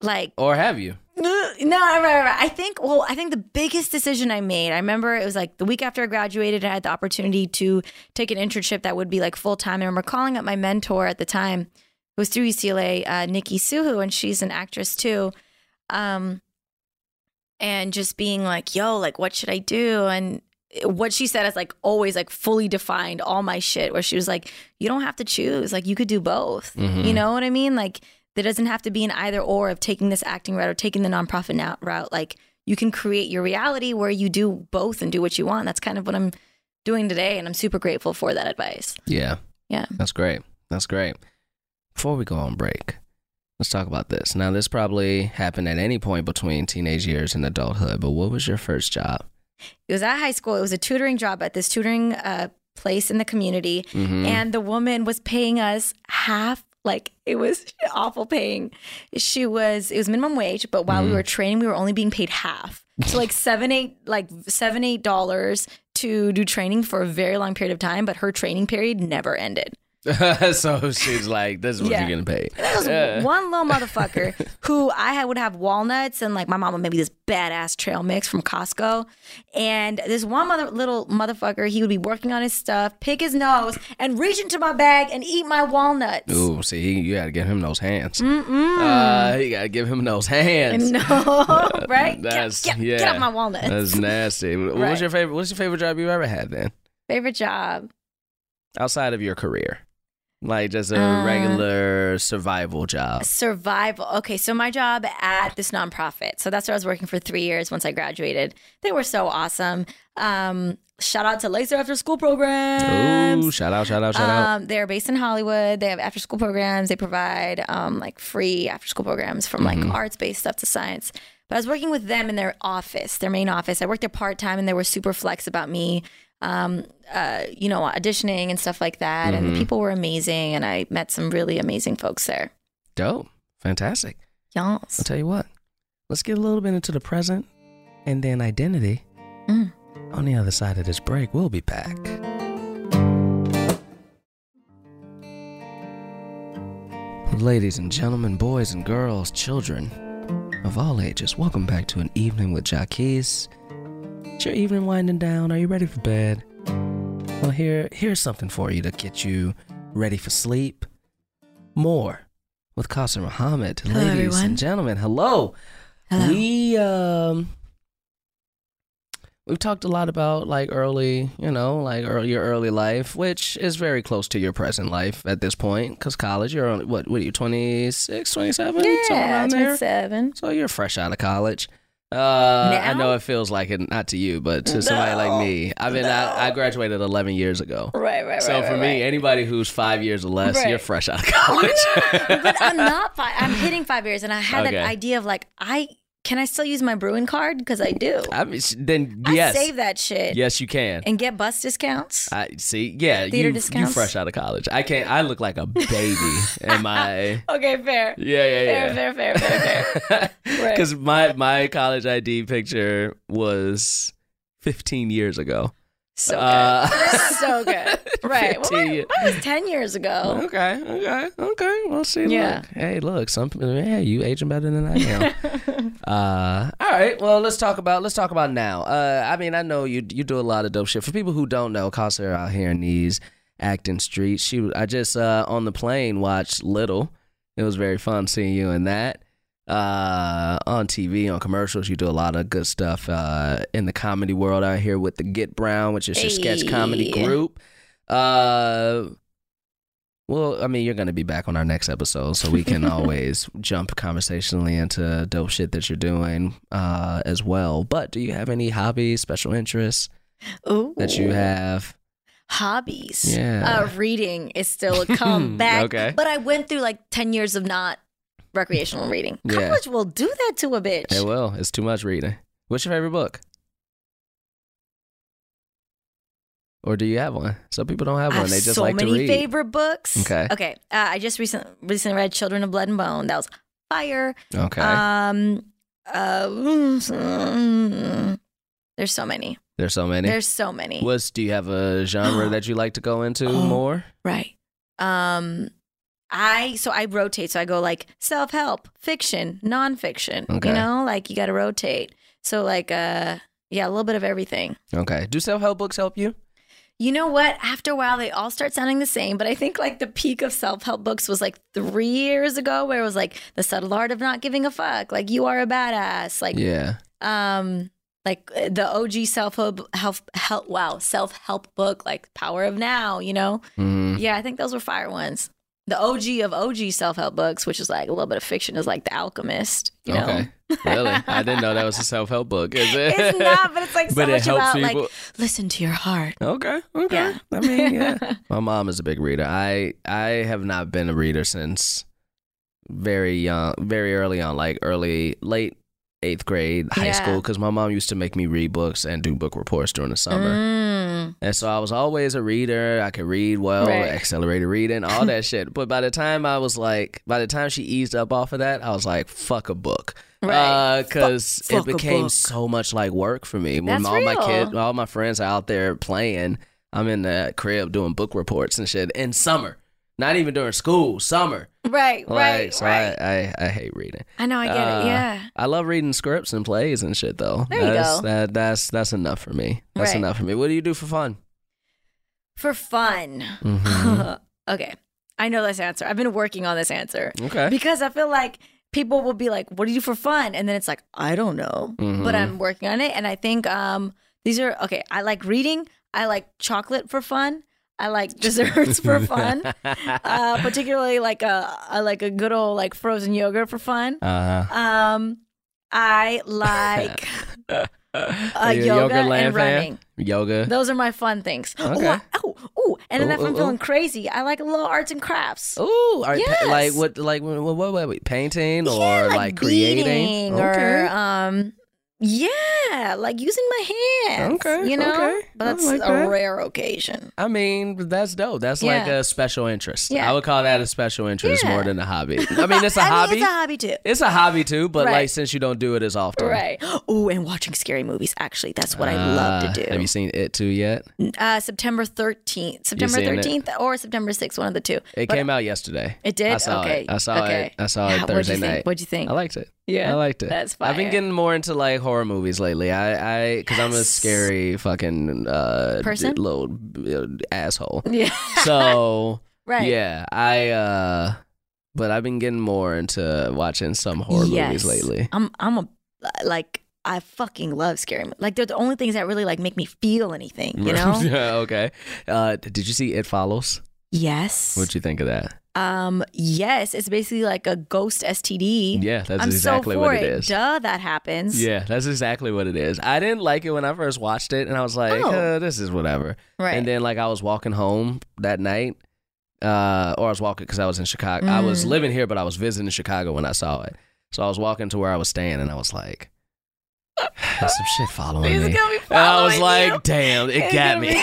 Like <laughs> or have you? No, right, right, right. I think, well, I think the biggest decision I made, I remember it was like the week after I graduated, I had the opportunity to take an internship that would be like full time. And I remember calling up my mentor at the time, who was through UCLA, uh, Nikki Suhu, and she's an actress too. Um, and just being like, yo, like, what should I do? And what she said is like always like fully defined all my shit, where she was like, you don't have to choose. Like, you could do both. Mhm. You know what I mean? Like, there doesn't have to be an either or of taking this acting route or taking the nonprofit nou- route. Like you can create your reality where you do both and do what you want. That's kind of what I'm doing today, and I'm super grateful for that advice. Yeah. Yeah. That's great. That's great. Before we go on break, let's talk about this. Now, this probably happened at any point between teenage years and adulthood, but what was your first job? It was at high school. It was a tutoring job at this tutoring uh, place in the community, Mm-hmm. and the woman was paying us half. Like it was <laughs> awful paying. She was it was minimum wage, but while we were training, we were only being paid half. So like seven eight like seven eight dollars to do training for a very long period of time, but her training period never ended. <laughs> so she's like, this is what Yeah. you're getting paid. There was Yeah. <laughs> one little motherfucker who I had, would have walnuts and like my mom would make me this badass trail mix from Costco. And this one mother, little motherfucker, he would be working on his stuff, pick his nose, and reach into my bag and eat my walnuts. Ooh, see, he, you got to give him those hands. Uh, you got to give him those hands. No, <laughs> right? That's- Get, get, yeah. get out my <laughs> walnuts. That's nasty. What was Right. your favorite? What's your favorite job you ever had then, Favorite job? outside of your career? Like just a regular survival job. survival. Okay, so my job at this nonprofit. So that's where I was working for three years once I graduated. They were so awesome. Um, shout out to Laser After School Programs. Ooh, shout out, shout out, shout out. Um, they're based in Hollywood. They have after school programs. They provide um, like free after school programs from Mm-hmm. like arts based stuff to science. But I was working with them in their office, their main office. I worked there part time and they were super flex about me, um, uh, you know, auditioning and stuff like that. Mm-hmm. And the people were amazing. And I met some really amazing folks there. Dope. Fantastic. I'll Yes. tell you what. Let's get a little bit into the present and then identity. Mm. On the other side of this break, we'll be back. Ladies and gentlemen, boys and girls, children of all ages, welcome back to an evening with Jackie's. It's your evening winding down. Are you ready for bed? Well, here, here's something for you to get you ready for sleep. More with Qasim Muhammad. Hello, Ladies everyone. and gentlemen, hello. Hello. We um we've talked a lot about like early, you know, like early, your early life, which is very close to your present life at this point cuz college you're only what what are you 26, 27, something yeah, around there. 27. So you're fresh out of college. Uh, I Now? know it feels like it, not to you, but to somebody like No. me. I mean, I, I graduated 11 years ago. Right, right, right. so for right, me, anybody who's five years or less, you're Right. fresh out of college. but <laughs> I'm not five. I'm hitting five years, and I had Okay. that idea of like, I can I still use my brewing card because I do. I mean, sh- then I yes, save that shit yes, you can. and get bus discounts. I see. Yeah, Theater you, you discounts? fresh out of college. I can't. I look like a <laughs> baby in my. okay, fair. Yeah, yeah, yeah. Fair, fair, fair, fair, fair. <laughs> Right. Because my my college ID picture was 15 years ago. So good. Uh, <laughs> so good. Right. Well, 15 mine, mine was 10 <laughs> years ago. Okay, okay, okay. We'll see. Yeah. Look. Hey, look. Some yeah, you aging better than I am. uh, all right. Well, let's talk about let's talk about now. Uh, I mean, I know you you do a lot of dope shit. For people who don't know, Casa out here in these acting streets. She, I just uh, on the plane watched Little. It was very fun seeing you in that. Uh, on TV, on commercials, you do a lot of good stuff uh, in the comedy world out here with the Get Brown, which is your sketch comedy Hey. group. Uh, well, I mean, you're going to be back on our next episode, so we <laughs> can always jump conversationally into dope shit that you're doing uh, as well. But do you have any hobbies, special interests <laughs> Ooh. that you have? Hobbies. Yeah. Uh, reading <laughs> is still a comeback. Okay. But I went through like 10 years of not recreational reading. Yeah. College will do that to a bitch. It will. It's too much reading. What's your favorite book? Or do you have one? Some people don't have I one. have they just so like many to read. favorite books. Okay. Okay. Uh, I just recent, recently read Children of Blood and Bone. That was fire. okay. Um. Uh. mm, There's so many. There's so many. There's so many. What's do you have a <gasps> genre that you like to go into Oh. more? Right. Um. I so I rotate. So I go like self help, fiction, nonfiction. Okay. You know, like you got to rotate. So like uh. Yeah, a little bit of everything. Okay. Do self help books help you? You know what? After a while, they all start sounding the same. But I think like the peak of self help books was like three years ago, where it was like the subtle art of not giving a fuck, like you are a badass, like Yeah. um like uh, the OG self help help help wow self help book like Power of Now, you know? Mhm. Yeah, I think those were fire ones. The OG of OG self help books, which is like a little bit of fiction, is like The Alchemist, you <laughs> know? Okay. really? I didn't know that was a self help book. Is it? It's not, but <laughs> it's like so But it much helps about people- like listen to your heart. Okay. Okay. Yeah. I mean, <laughs> yeah. My mom is a big reader. I I have not been a reader since very young, very early on, like early late eighth grade, high Yeah. school, because my mom used to make me read books and do book reports during the summer. Mm. And so I was always a reader. I could read well, Right. accelerated reading, all <laughs> that shit. But by the time I was like, by the time she eased up off of that, I was like, fuck a book. Right. Because Fu- Uh, it fuck a became book. so much like work for me. When That's all my real. kids, all my friends are out there playing, I'm in the crib doing book reports and shit in summer. Not even during school, summer. Right, Like, right, so right. I, I, I hate reading. I, know, I get Uh, it. Yeah. I love reading scripts and plays and shit though. There you that's, go. That, that's that's enough for me. That's Right. enough for me. What do you do for <laughs> fun? For fun. Mhm. <laughs> okay. I know this answer. I've been working on this answer okay. because I feel like people will be like, "What do you do for fun?" And then it's like, "I don't know," Mhm. but I'm working on it. And I think um, these are okay. I like reading. I like chocolate for fun. <laughs> I like desserts for Mm-hmm. fun, Uh-huh. uh, particularly like a, a like a good old like frozen yogurt for fun. Uh Um, <laughs> I like huh. uh, yoga and running. Yoga. Those are my fun things. <laughs> Okay. Oh, oh, ooh. and then Ooh, if I'm ooh, feeling ooh. crazy, I like little arts and crafts. Ooh, are, pa- like Yes. what? Like what? What? what, what painting Yeah, or like, like, beading creating? or okay. um, yeah, like using my hands. Okay, you know, okay. but I that's like a that. rare occasion. I mean, that's dope. That's like Yeah. a special interest. Yeah. I would call that a special interest Yeah. more than a <laughs> hobby. I mean, it's a I hobby. Mean, it's a hobby too. It's a hobby too, but Right. like since you don't do it as often, Right. Ooh, and watching scary movies. Actually, that's what I love to Uh, do. Have you seen it too yet? uh, September 13th, September seen it? 13th or September 6th, one of the two. It But came out yesterday. It did. I saw okay. it. I saw okay. it. I saw it How- Thursday what'd you Think? night. What'd you think? I liked it. yeah, I liked it. That's fine. I've been getting more into like horror movies lately. I, I, because I'm a Yes. scary fucking uh, Person? d- little uh, asshole. <laughs> Yeah. So <laughs> right. yeah, I. uh But I've been getting more into watching some horror movies Yes. lately. I'm. I'm a like. I fucking love scary movies. Like they're the only things that really like make me feel anything. <laughs> <laughs> You know. yeah. Okay. Uh, d- did you see It Follows? yes. What'd you think of that? um. Yes. It's basically like a ghost STD. Yeah, that's I'm exactly so for what it is. Duh, that happens. Yeah, that's exactly what it is. I didn't like it when I first watched it, and I was like, Oh. uh, "This is whatever." Right. And then, like, I was walking home that night, uh, or I was walking because I was in Chicago. I was Mm. living here, but I was visiting Chicago when I saw it. So I was walking to where I was staying, and I was like, <sighs> "There's some shit following He's me." gonna be and I was following like, you. "Damn, it It's got gonna me! be <laughs>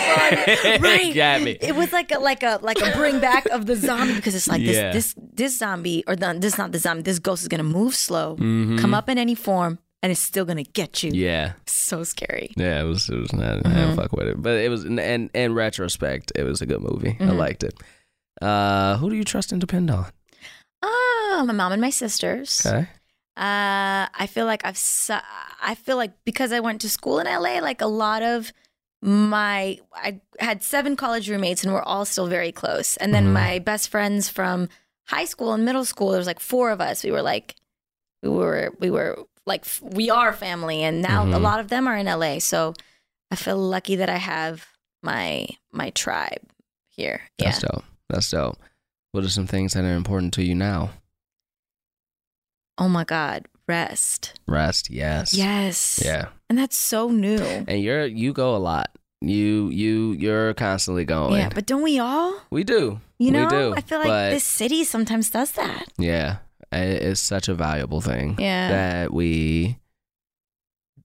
<laughs> following- it got me!" It was like a like a like a bring back of the zombie because it's like Yeah. this this this zombie or the, this not the zombie this ghost is gonna move slow, Mhm. come up in any form, and it's still gonna get you. Yeah, So scary. yeah. It was. It was not. I Mhm. didn't fuck with it, but it was. And in, in retrospect, it was a good movie. I Mhm. liked it. Uh, who do you trust and depend on? Ah, my mom and my sisters. Okay. Uh, I feel like I've su- I feel like because I went to school in LA, like a lot of my I had seven college roommates and we're all still very close. And then Mhm. my best friends from high school and middle school, there was like four of us. We were like we were we were like f- we are family and now a Mhm. lot of them are in LA. So I feel lucky that I have my my tribe here. Yeah. That's dope. That's dope. What are some things that are important to you now? Oh my god, rest. Rest, yes. Yes. Yeah. And that's so new. And you're you go a lot. You you you're constantly going. Yeah, but don't we all? we do. You We know, do, I feel like but- this city sometimes does that. Yeah. I- It's such a valuable thing. Yeah. That we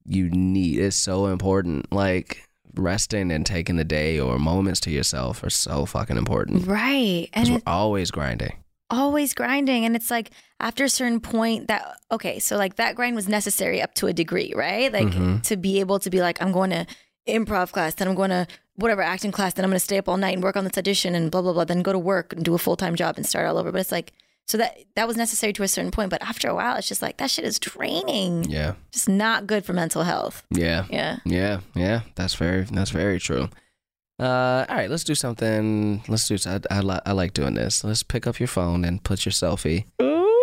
you need it's so important. Like resting and taking the day or moments to yourself are so fucking important. Right. And Because we're it's always grinding. always grinding. And it's like after a certain point that, okay, so like that grind was necessary up to a degree, right? Like Mhm. to be able to be like, I'm going to improv class, then I'm going to whatever acting class, then I'm going to stay up all night and work on this audition and blah, blah, blah, then go to work and do a full time job and start all over. But it's like, so that that was necessary to a certain point. But after a while, it's just like, that shit is draining. Yeah. Just not good for mental health. Yeah. Yeah. Yeah, yeah, that's very that's very true. Uh, all right, let's do something. Let's do. I, I, li- I like doing this. Let's pick up your phone and put your selfie.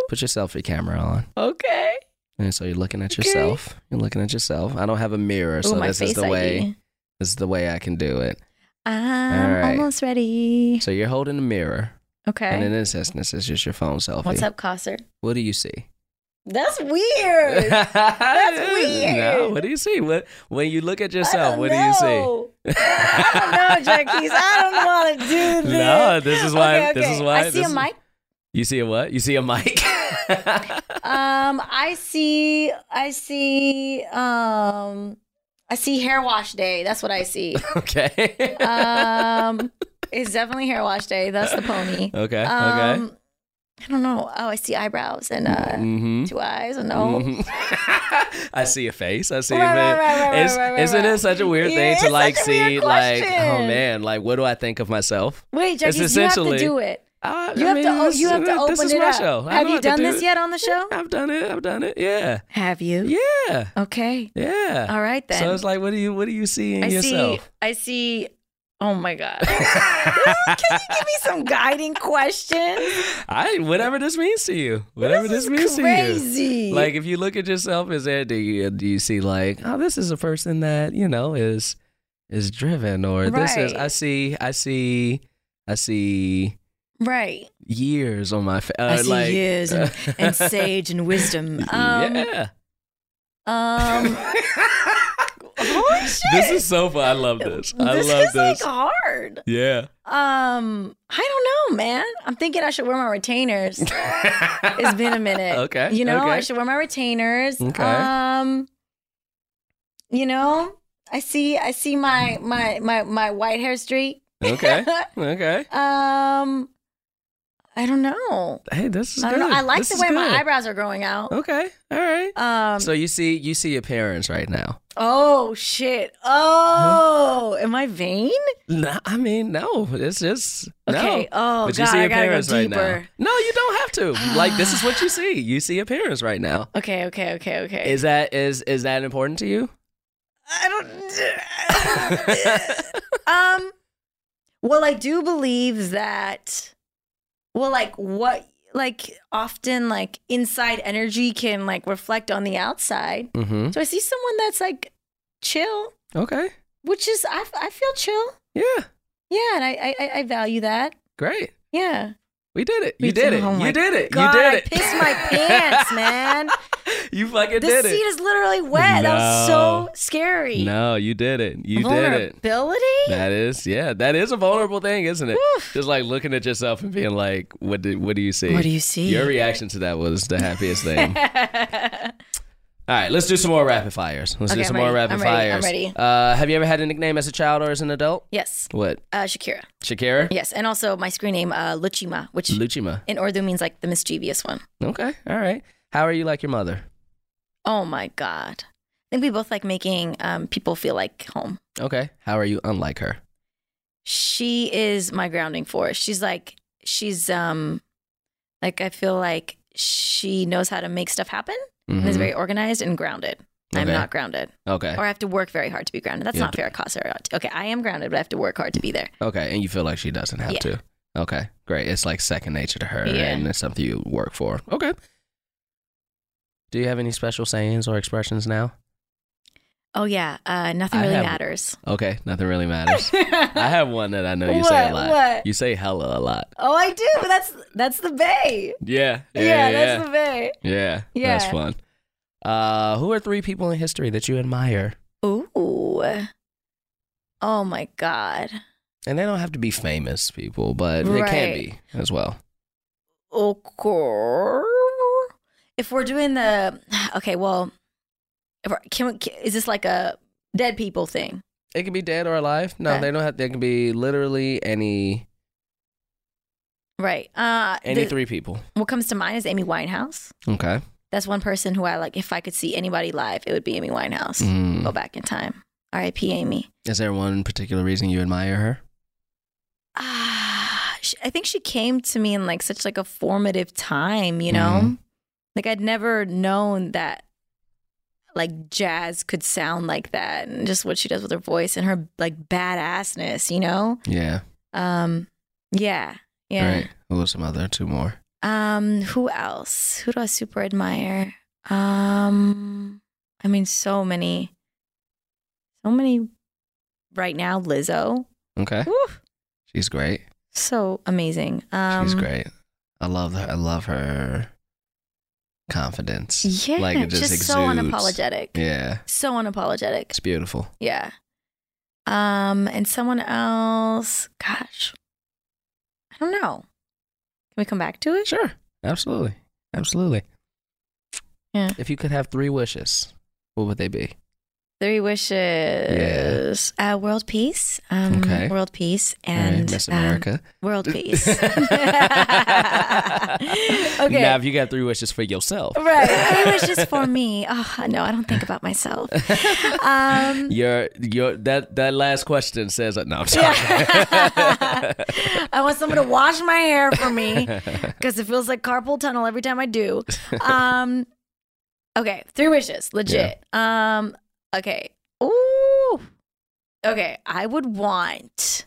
Put your selfie camera on, okay. and so you're looking at Okay. yourself. You're looking at yourself. I don't have a mirror, Oh, so my this face is the ID. way. This is the way I can do it. I'm All right. almost ready. So you're holding a mirror, and Okay. in this instance, it's just your phone selfie. What's up, Cosser? What do you see? That's <laughs> weird. That's <laughs> weird. No, what do you see? What when you look at I yourself, don't what do you see? <laughs> know. I don't know, Jackie. I don't want to do <laughs> this. No, this is why. Okay, This okay. is why. I see this a is- mic. You see a what? You see a mic? <laughs> Um, I see. I see. Um, I see hair wash day. That's what I see. okay. Um, it's definitely hair wash day. That's the pony. <laughs> okay. okay. Um, I don't know. Oh, I see eyebrows and uh, Mhm. two eyes and no. Mhm. <laughs> I see a face. I see Oh. Right, a right, face. right, right, It's- right, right, isn't right. it such a weird It thing is to such like a weird see like oh question. man like what do I think of myself? Wait, Jackie, you It's have to essentially- do it. I, You I have mean, to. o- this- You have to open this is it my up. show. I Have know you how to done do this it. yet on <laughs> the show? I've done it. I've done it. Yeah. Have you? Yeah. Okay. Yeah. All right then. So it's like what do you what do you see in I see. yourself? I see. Oh <laughs> my god. <laughs> Can you give me some guiding questions? I whatever this means to you. Whatever this, This means is to you. crazy. Like if you look at yourself, is there do you do you see like oh this is a person that you know is is driven or this is Right. I see I see I see Right. years on my fa- uh, I see like, years and, <laughs> and sage and wisdom. Um, yeah. um holy shit. <laughs> This is so fun. I love this. I this love is this. like hard. yeah. Um, I don't know, man. I'm thinking I should wear my retainers. <laughs> it's been a minute. Okay, You know, I okay. should wear my retainers. Okay. Um, you know, I see I see my my my my white hair streak. <laughs> okay. Okay. <laughs> Um I don't know. Hey, this is I good. don't know. I like This the is way my good. eyebrows are growing out. Okay. All right. Um so you see you see your parents right now. oh shit. Oh, am I vain? No, I mean, no. It's just no. Okay. Oh but god, you see I your gotta parents go right deeper. now. No, you don't have to. Like this is what you see. You see your parents right now. Okay, okay, okay, okay. Is that is is that important to you? I Uh. don't. um. Well, I do believe that. Well, like what, like often, like inside energy can like reflect on the outside. Mm-hmm. So I see someone that's like chill, Okay. which is I, I feel chill. Yeah. Yeah, and I I, I- I value that. Great. Yeah. We did it. We You did did- it. oh my you did it. God, you I did it. pissed my pants, man. <laughs> you fucking This did seat is literally wet. That was No. so scary. it. No, you did it. You did it. Vulnerability. That is, yeah, that is a vulnerable thing, isn't it? Just like looking at yourself and being like, "What do What do you see?" What do you see? Your reaction to that was the happiest thing. All right, let's do some more rapid fires. Let's do Okay, some I'm more rapid ready. I'm ready. I'm fires. ready. Uh, have you ever had a nickname as a child or as an adult? <laughs> yes. What, Uh, Shakira. Shakira, Yes, and also my screen name, uh, Luchima, which Luchima? in Urdu means like the mischievous one. Okay, all right. How are you like your mother? Oh my god! I think we both like making um, people feel like home. Okay, how are you unlike her? She is my grounding force. She's like she's um, like I feel like she knows how to make stuff happen and is Mhm. very organized and grounded. I'm Okay. not grounded, Okay, or I have to work very hard to be grounded. That's You have not fair. It costs her. Okay, I am grounded, but I have to work hard to be there. okay, and you feel like she doesn't have Yeah. to. Okay, great. It's like second nature to her, Yeah. and it's something you work for. Okay. Do you have any special sayings or expressions now? Oh yeah, uh, nothing I really have- matters. Okay, nothing really <laughs> matters. <laughs> I have one that I know you say a What? lot. What? You say hella a lot. oh, I do, but that's that's the bay. Yeah. Yeah, that's the bay. yeah. Yeah. That's fun. Uh, who are three people in history that you admire? Ooh. Oh my God. And they don't have to be famous people, but they can Right. be as well. Okay. If we're doing the okay, well, if we're- can we? Can, is this like a dead people thing? It can be dead or alive. No, Okay. they don't have. They can be literally any Right. Uh, any the- three people. What comes to mind is Amy Winehouse. Okay. That's one person who I like. If I could see anybody live, it would be Amy Winehouse. Mm. Go back in time. R.I.P. Amy. Is there one particular reason you admire her? Ah, sh I think she came to me in like such like a formative time, you know? Mhm. Like I'd never known that like jazz could sound like that and just what she does with her voice and her like badassness, you know? Yeah. Um yeah. Yeah. Right. Who was some other two more? Um who else? Who do I super admire? Um I mean so many so many right now Lizzo. Okay. Woo, She's great. so amazing. Um She's great. I love her. I love her confidence. Yeah, like it just, so exudes. unapologetic. Yeah, So unapologetic. it's beautiful. Yeah. Um, and someone else. Gosh, I don't know. Can we come back to it? Sure, absolutely, absolutely. Yeah. If you could have three wishes, what would they be? Three wishes. Uh, world peace. Um, Okay. World peace All right, and Miss um, America. <laughs> world peace. <laughs> Now, okay. if you got three wishes for <laughs> yourself, Right. <laughs> Three wishes for me. Oh no, I don't think about myself. Um. your your that that last question says no. I'm sorry. Yeah. <laughs> I want someone to wash my hair for me because it feels like carpal tunnel every time I do. Um, okay, three wishes, legit. Um, okay. Ooh. Okay, I would want.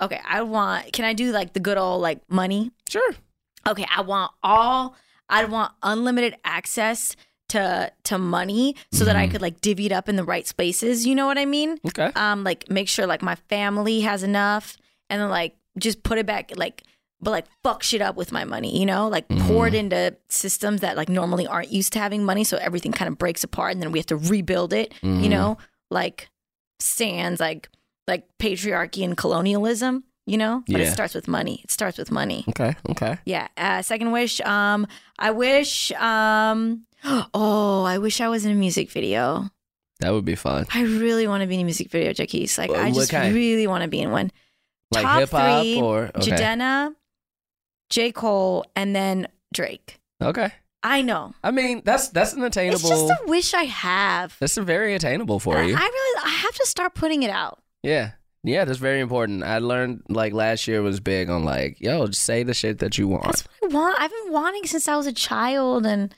Okay, I want. Can I do like the good old like money? <laughs> sure. Okay, I want all. I want unlimited access to to money so that I could like divvy it up in the right spaces. You know what I mean? Okay. Um, like make sure like my family has enough, and then like just put it back like. But like fuck shit up with my money, you know, like pour it into systems that like normally aren't used to having money, so everything kind of breaks apart, and then we have to rebuild it, you know, like stands like like patriarchy and colonialism, you know. But Yeah. it starts with money. It starts with money. Okay. Okay. Yeah. Uh, second wish. Um, I wish. Um, <gasps> oh, I wish I was in a music video. That would be fun. I really want to be in a music video, Jackie's. Like, Well, I what just kind? really want to be in one. Like Top hip hop three, or okay. Jadena, J. Cole, and then Drake. Okay. I know. I mean, that's that's an attainable. It's just a Ah. wish I have. that's a very attainable for And you. I really, I have to start putting it out. yeah. Yeah, that's very important. I learned like last year was big on like, yo, just say the shit that you want. That's what I want. I've been wanting since I was a child, and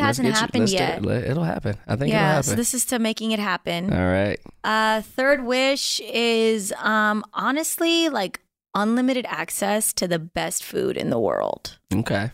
Let's hasn't get you- happened let's do yet. it. Let- It'll happen. I think yeah. it'll So happen. this is to making it happen. All right. Uh, third wish is um, honestly like unlimited access to the best food in the world. Okay.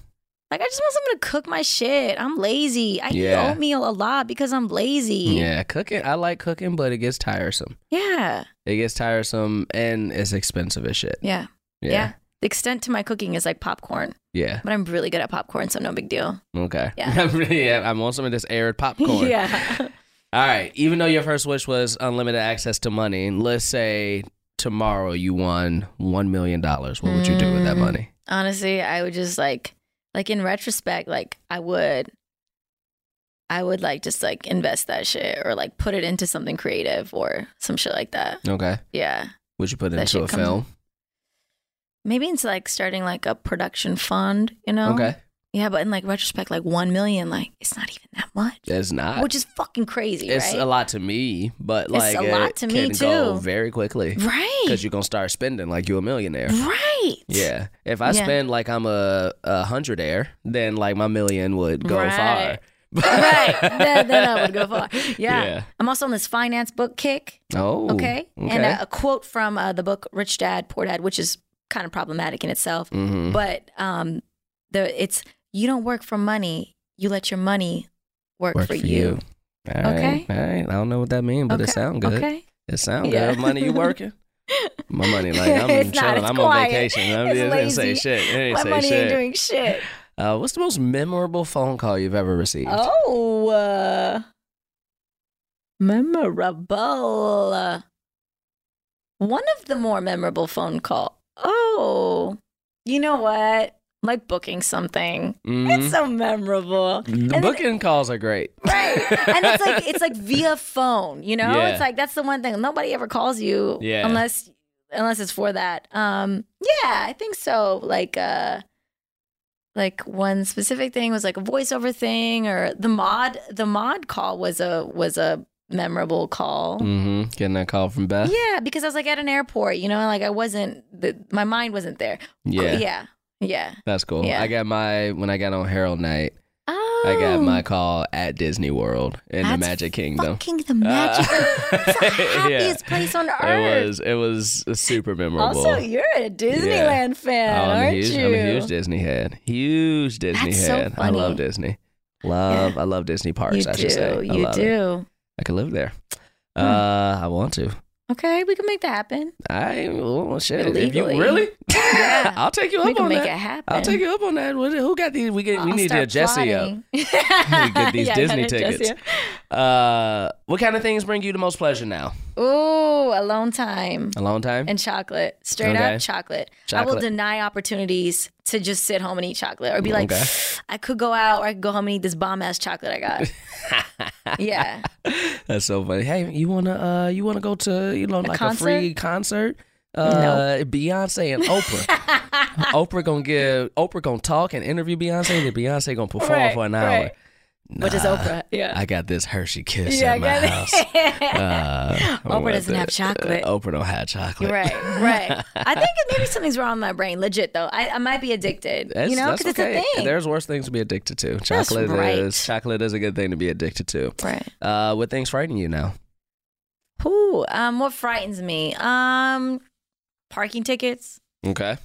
Like I just want someone to cook my shit. I'm lazy. I Yeah. eat oatmeal a lot because I'm lazy. Yeah, cooking. I like cooking, but it gets tiresome. Yeah. It gets tiresome and it's expensive as shit. Yeah. Yeah. Yeah. The extent to my cooking is like popcorn, Yeah. but I'm really good at popcorn, so no big deal. Okay. Yeah. yeah. <laughs> I'm on some of this aired popcorn. <laughs> yeah. All right. Even though your first wish was unlimited access to money, and let's say tomorrow you won $1 million, what would you do with that Mm. money? Honestly, I would just like, like in retrospect, like I would, I would like just like invest that shit or like put it into something creative or some shit like that. Okay. Yeah. Would you put it into That shit a comes- film? Maybe into like starting like a production fund, you know? Okay. Yeah, but in like retrospect, like one million, like it's not even that much, It's not. which is fucking crazy, it's right? a lot to me, but It's like a lot it to can me, go too. very quickly right, because you're gonna start spending like you're a millionaire. right. Yeah. If I Yeah. spend like I'm a, a hundred air, then like my million would go Right. far. <laughs> right. Then, then I would go far. Yeah. Yeah. I'm also on this finance book kick. Oh. Okay, and uh, a quote from uh, the book "Rich Dad Poor Dad," which is kind of problematic in itself, Mhm. but um, the it's you don't work for money, you let your money work, Work for, you. All right. Okay. All right. I don't know what that means, but it Okay. sounds good. Okay, It sounds Yeah. good. Money, <laughs> you working? My money, like I'm It's not, chilling. it's I'm on quiet. vacation. I'm, It's it didn't say lazy. shit. It didn't my say money shit. ain't doing shit. uh, what's the most memorable phone call you've ever received? Oh, uh, memorable. One of the more memorable phone call. Oh, you know what? Like booking something. Mhm. It's so memorable. the and- booking calls are great. Right. and it's like <laughs> it's like via phone, you know? Yeah. It's like that's the one thing. Nobody ever calls you Yeah. unless unless it's for that. Um yeah, I think so. Like uh like one specific thing was like a voiceover thing or the mod the mod call was a was a memorable call. hmm Getting that call from Beth. Yeah, because I was like at an airport, you know, like I wasn't the, my mind wasn't there. Yeah. Yeah. Yeah. That's cool. Yeah. I got my when I got on Herald Night, Oh. I got my call at Disney World in the That's Magic Kingdom. fucking <laughs> the magic. Uh, it's the yeah. happiest place on earth. It was it was super memorable. Also, you're a Disneyland fan, Oh, I'm a aren't huge, you? I'm a huge Disney head. Huge Disney That's so head. I love funny. Disney. Love I love Disney parks, you I do. should say. I You love it. do. I could live there. Hmm. Uh, I want to. Okay, we can make that happen. I well, shit. If Illegally. you really, <laughs> Yeah. I'll take you we up can on make that. it happen. I'll take you up on that. What- Who got these? We get, we need to get Jesse up. up. <laughs> Get these Disney tickets. Uh, what kind of things bring you the most pleasure now? Ooh, alone time A long time. and chocolate. Straight Okay. up chocolate. I will Chocolate. deny opportunities to just sit home and eat chocolate or be like, Okay. I could go out or I could go home and eat this bomb ass chocolate I <laughs> got. yeah. That's so funny. Hey, you wanna uh, you wanna go to you know like concert? a free concert? Uh, Beyonce and Oprah. <laughs> Oprah gonna give Oprah gonna talk and interview Beyonce, and then Beyonce gonna perform Right, for an hour. right. Which is Nah, Oprah. Yeah. I got this Hershey kiss at Yeah, I my got it. house. <laughs> Uh, I Oprah want doesn't have that. chocolate. Uh, Oprah don't have chocolate. <laughs> Right, right. I think maybe something's wrong with my brain. Legit though, I, I might be addicted. That's, you know, that's because okay. it's a thing. There's worse things to be addicted to. Chocolate right. is chocolate is a good thing to be addicted to. right. Uh, what things frighten you now? Ooh, um, what frightens me? Um, parking tickets. Okay.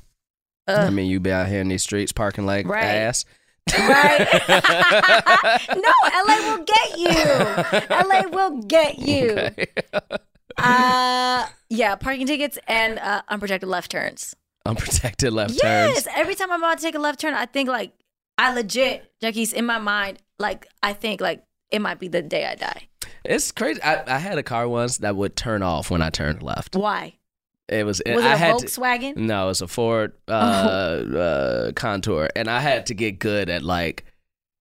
I <laughs> Ugh. mean, you be out here in these streets parking like Right. ass. <laughs> right? <laughs> no, LA will get you. LA will get you. uh, yeah, parking tickets and uh, unprotected left turns. <laughs> Unprotected left yes, turns. every time I'm about to take a left turn, I think like I legit, Jackie's in my mind. Like I think like it might be the day I die. It's crazy. I, I had a car once that would turn off when I turned left. Why? It was. Was it I a had to- Volkswagen? No, it's a Ford uh, Oh. uh, Contour, and I had to get good at like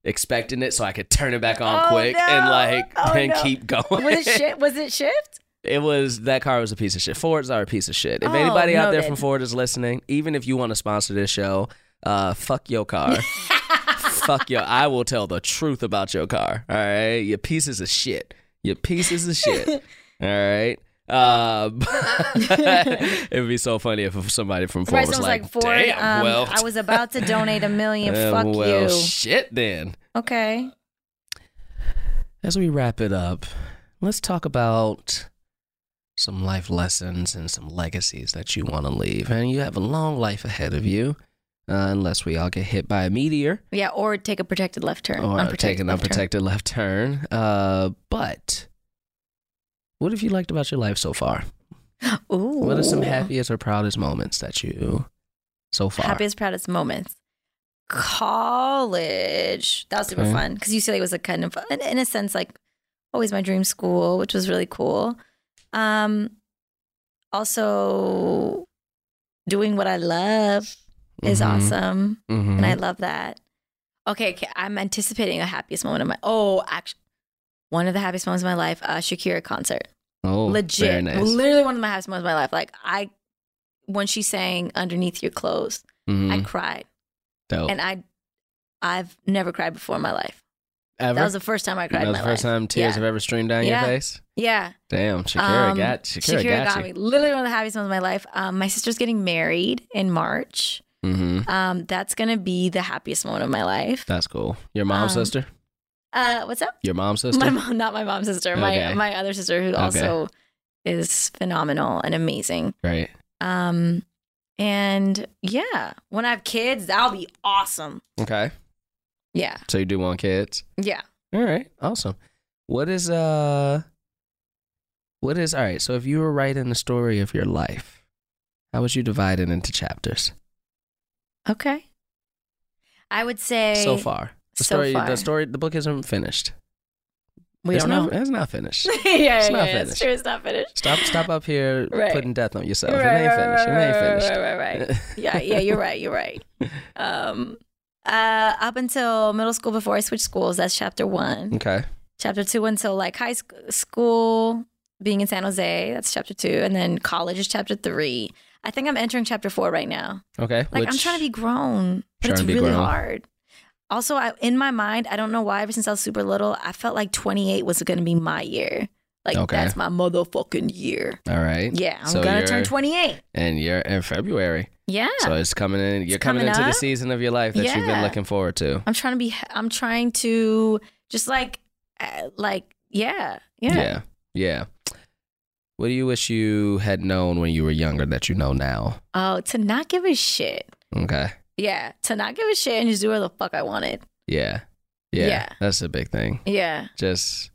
expecting it so I could turn it back on Oh, quick and no. like Oh, then no. keep going. Was it <laughs> shift? Was it shift? It was that car was a piece of shit. Fords are a piece of shit. If Oh, anybody out there noted. from Ford is listening, even if you want to sponsor this show, uh, fuck your <laughs> car. fuck your. I will tell the truth about your car. All right, your pieces of shit. Your pieces of shit. <laughs> all right. Uh, <laughs> it would be so funny if somebody from Ford Right, was someone's like, like, Ford. "Damn, um, well, I was about to donate <laughs> a million. uh, Fuck well, you. shit." Then okay. as we wrap it up, let's talk about some life lessons and some legacies that you want to leave. And you have a long life ahead of you, uh, unless we all get hit by a meteor Yeah, or take a protected left turn. or unprotected take an left turn. unprotected left turn. Uh, but what have you liked about your life so far? Ooh. What are some happiest or proudest moments that you so far? happiest, proudest moments? College. That was super Okay. fun because UCLA was a kind of, in, in a sense, like always my dream school, which was really cool. Um, also, doing what I love is Mm-hmm, awesome, hmm and I love that. Okay, okay, I'm anticipating a happiest moment of my. Oh, actually, one of the happiest moments of my life: a Shakira concert oh, legit Very nice. literally one of my happiest moments of my life like i when she sang underneath your clothes i Mhm. cried Dope. and i i've never cried before in my life Ever? that was the first time i cried That in was my the first life time tears Yeah. have ever streamed down Yeah. your face. yeah Damn, Shakira Um, got Shakira, got, you. me literally one of the happiest moments of my life um, my sister's getting married in <laughs> march Mm-hmm. um, that's gonna be the happiest moment of my life That's cool. Your mom's Um, sister? uh, what's up Your mom's sister? my mom not my mom's sister my Okay. my other sister who also is phenomenal and amazing Right. Um, and yeah, when I have kids, that'll be awesome. Okay. Yeah, So you do want kids? yeah. All right. Awesome. What is uh what is all right, so if you were writing the story of your life, how would you divide it into chapters Okay. I would say so far? The so story far. the story the book isn't finished. We it's don't not, know. It's not <laughs> finished. <laughs> yeah, yeah, It's it's not yeah, it's finished. true. It's not finished. Stop stop up here Right. putting death on yourself. <laughs> Right, it ain't right, finished. it right, right, ain't Right, finished. right, <laughs> right, right. yeah, yeah. You're right. You're right. Um, uh, up until middle school, before I switched schools, that's chapter one. okay. chapter two until like high sc- school being in san jose that's chapter two and then college is chapter three i think i'm entering chapter four right now Okay. like i'm trying to be grown but Trying it's to be really grown. hard also I, in my mind i don't know why ever since i was super little i felt like 28 was going to be my year like Okay. that's my motherfucking year All right. yeah i'm So gonna turn you're- 28 And you're in February. yeah So it's coming in. You're coming, coming into the up. season of your life that you've been Yeah. looking forward to. i'm trying to be i'm trying to just like uh, like yeah yeah, yeah. Yeah. What do you wish you had known when you were younger that you know now? oh to not give a shit Okay. Yeah, to not give a shit and just do whatever the fuck I wanted. Yeah. Yeah. Yeah. That's a big thing. Yeah, Just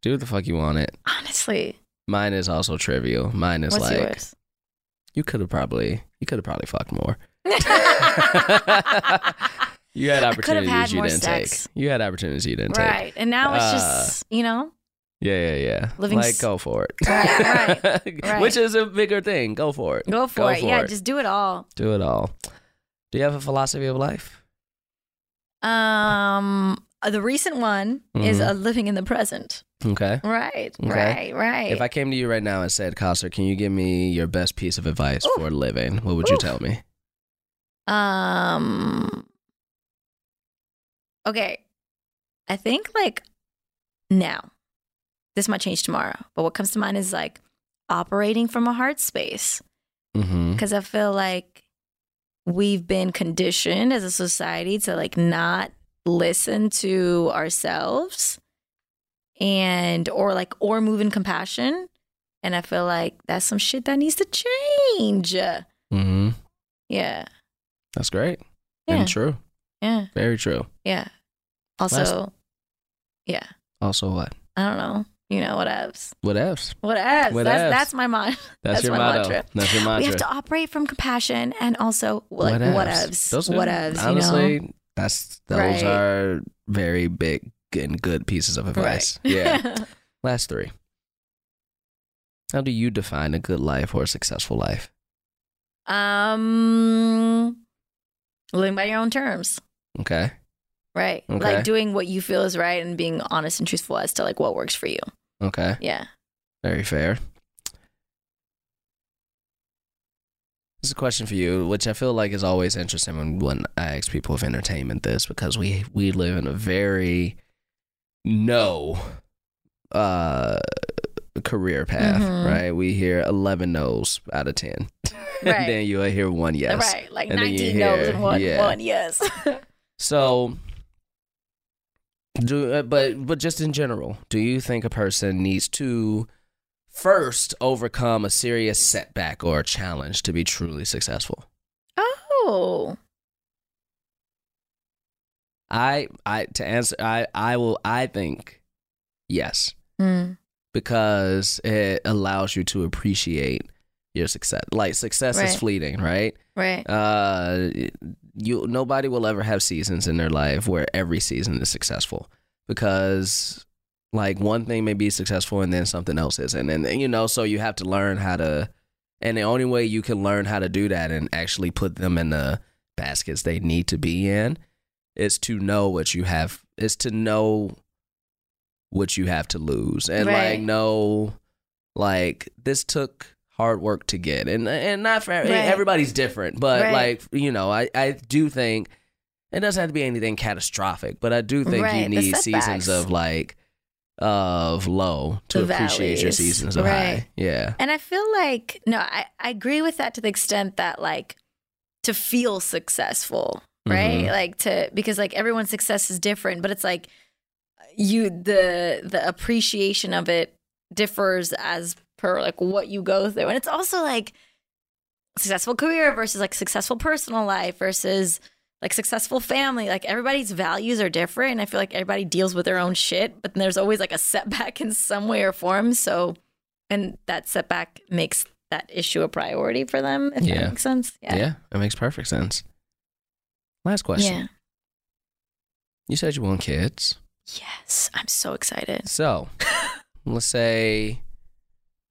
do what the fuck you want it. honestly. Mine is also trivial. Mine is What's like yours? <laughs> you could have probably you could have probably fucked more. right, You had could have opportunities had you more didn't sex. take. You had opportunities you didn't take. and now Uh, it's just you know. Yeah, yeah, yeah. Living like s- go for it. Right, <laughs> right. Which is a bigger thing. Go for it. Go for Go it. for yeah, it. just do it all. Do it all. Do you have a philosophy of life? Um, uh, the recent one is Mhm. uh, living in the present. Okay. Right, Okay. right, right. If I came to you right now and said, Coster, can you give me your best piece of advice Oof. for living? What would you Oof. tell me? Um. Okay, I think like now, this might change tomorrow, but what comes to mind is like operating from a heart space Mm-hmm. because I feel like we've been conditioned as a society to like not listen to ourselves and or like or move in compassion, and I feel like that's some shit that needs to change. Mm-hmm. Yeah, That's great Yeah. and true. Yeah. Very true. Yeah. Also, Last- yeah. Also, what? I don't know. You know, what whatevs. What else? Whatevs. Whatevs. That's, that's my mind. That's, <laughs> That's your my motto. mantra. That's your mantra. We have to operate from compassion and also like Whatevs. whatevs. Those are, Whatevs, you Honestly, know? that's those Right. are very big and good pieces of advice. <laughs> Yeah. Last three. How do you define a good life or a successful life? um, living by your own terms. Okay. Right. Okay. Like doing what you feel is right and being honest and truthful as to like what works for you. Okay. Yeah. Very fair. This is a question for you, which I feel like is always interesting when, when I ask people of entertainment this because we we live in a very no uh career path, Mhm. right? We hear eleven no's out of ten. <laughs> Right. <laughs> and then you'll hear one yes. Right. Like And then you 19 no's hear- and one, yeah. one yes. <laughs> So do uh, but but just in general, do you think a person needs to first overcome a serious setback or a challenge to be truly successful? oh. I I to answer I I will I think yes Mm. because it allows you to appreciate your success. Like success is Right. fleeting, right? Right. Uh, you nobody will ever have seasons in their life where every season is successful because like one thing may be successful and then something else isn't and, and you know so you have to learn how to and the only way you can learn how to do that and actually put them in the baskets they need to be in is to know what you have is to know what you have to lose and like Right. know like this took hard work to get and and not for Right. everybody's different but Right. like you know I, I do think it doesn't have to be anything catastrophic but i do think you Right, the need seasons setbacks. of like of low to The appreciate your valleys, seasons of high right. yeah And I feel like, no, I, I agree with that to the extent that, like, to feel successful, right? Mhm. Like, to, because, like, everyone's success is different, but it's like, you, the, the appreciation of it differs as per, like, what you go through. And it's also like successful career versus, like, successful personal life versus, like, successful family. Like, everybody's values are different. And I feel like everybody deals with their own shit, but there's always, like, a setback <laughs> in some way or form. So, and that setback makes that issue a priority for them if Yeah. that makes sense yeah it makes perfect sense last question Yeah. you said you want kids yes i'm so excited <laughs> so let's say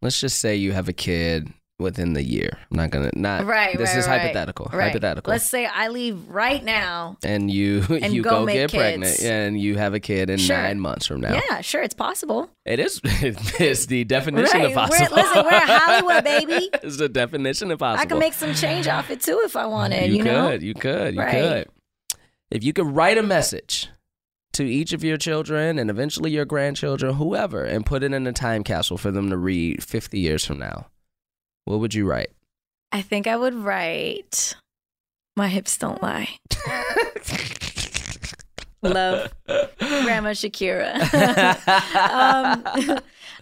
let's just say you have a kid within the year i'm not gonna not Right, Uh, this right, is right. hypothetical Right. hypothetical let's say i leave right now and you And you go, go make get pregnant kids. and you have a kid in Sure. nine months from now. yeah sure it's possible It is <laughs> it's the definition Right. of We're- possible. listen, we're in <laughs> Hollywood, baby. it's the definition of possible. i can make some change off it too if i wanted you, you, could, know you could, you Right. could. If you could write a message to each of your children and eventually your grandchildren, whoever, and put it in a time capsule for them to read fifty years from now, what would you write? <laughs> i think i would write my hips don't lie <laughs> love grandma shakira <laughs> um, <laughs>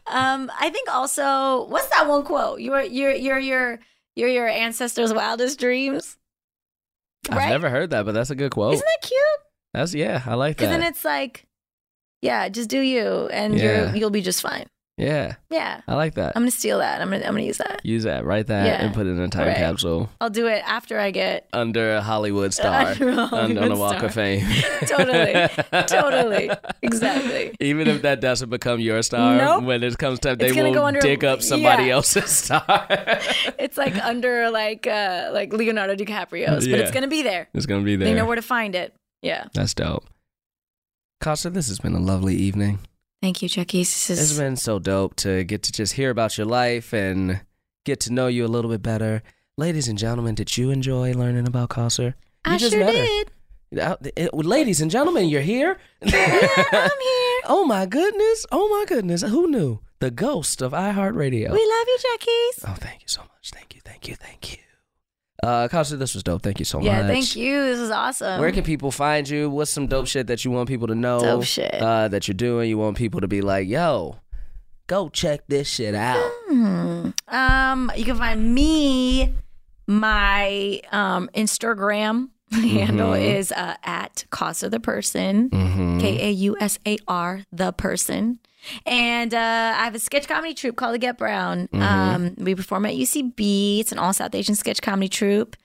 um, I think also, what's that one quote? You're you're you're your you're your ancestors' wildest dreams. I've right? never heard that, but that's a good quote. Isn't that cute? That's yeah, I like Because that. then it's like, yeah, just do you, and Yeah. you're, you'll be just fine. yeah, Yeah, I like that. I'm gonna steal that. I'm gonna I'm gonna use that. Use that, write that, Um, Yeah. and put it in a time Right. capsule I'll do it after I get under a Hollywood star <laughs> Under a on, on the Hollywood Walk star. of Fame. <laughs> <laughs> Totally. Totally. Exactly. Even if that doesn't become your star, Nope. when it comes time, they gonna will go under- dig up somebody yeah. else's <laughs> star. <laughs> it's like under like uh like Leonardo DiCaprio's, but Yeah. it's gonna be there. it's gonna be there. They know where to find it. Yeah. That's dope. Costa, this has been a lovely evening. Thank you, Chucky. This is- It's been so dope to get to just hear about your life and get to know you a little bit better. Ladies and gentlemen, did you enjoy learning about Costa? You I just sure met her. did. Now, th- it- ladies and gentlemen, you're here. <laughs> Yeah, I'm <laughs> here. oh my goodness! Oh my goodness! Who knew? The ghost of iHeartRadio. We love you, Chuckies. oh, thank you so much. Thank you. Thank you. Thank you. Uh, Costa, this was dope. Thank you so yeah, much. thank you. This is awesome. Where can people find you? What's some dope shit that you want people to know? Dope shit. uh, that you're doing. You want people to be like, "Yo, go check this shit out." Hmm. Um, you can find me, my um Instagram <laughs> handle Mm-hmm. is uh, at Casa the Person, K A U S A R, the person. And uh, I have a sketch comedy troupe called The Get Brown. Mm-hmm. Um, we perform at UCB. It's an all South Asian sketch comedy troupe.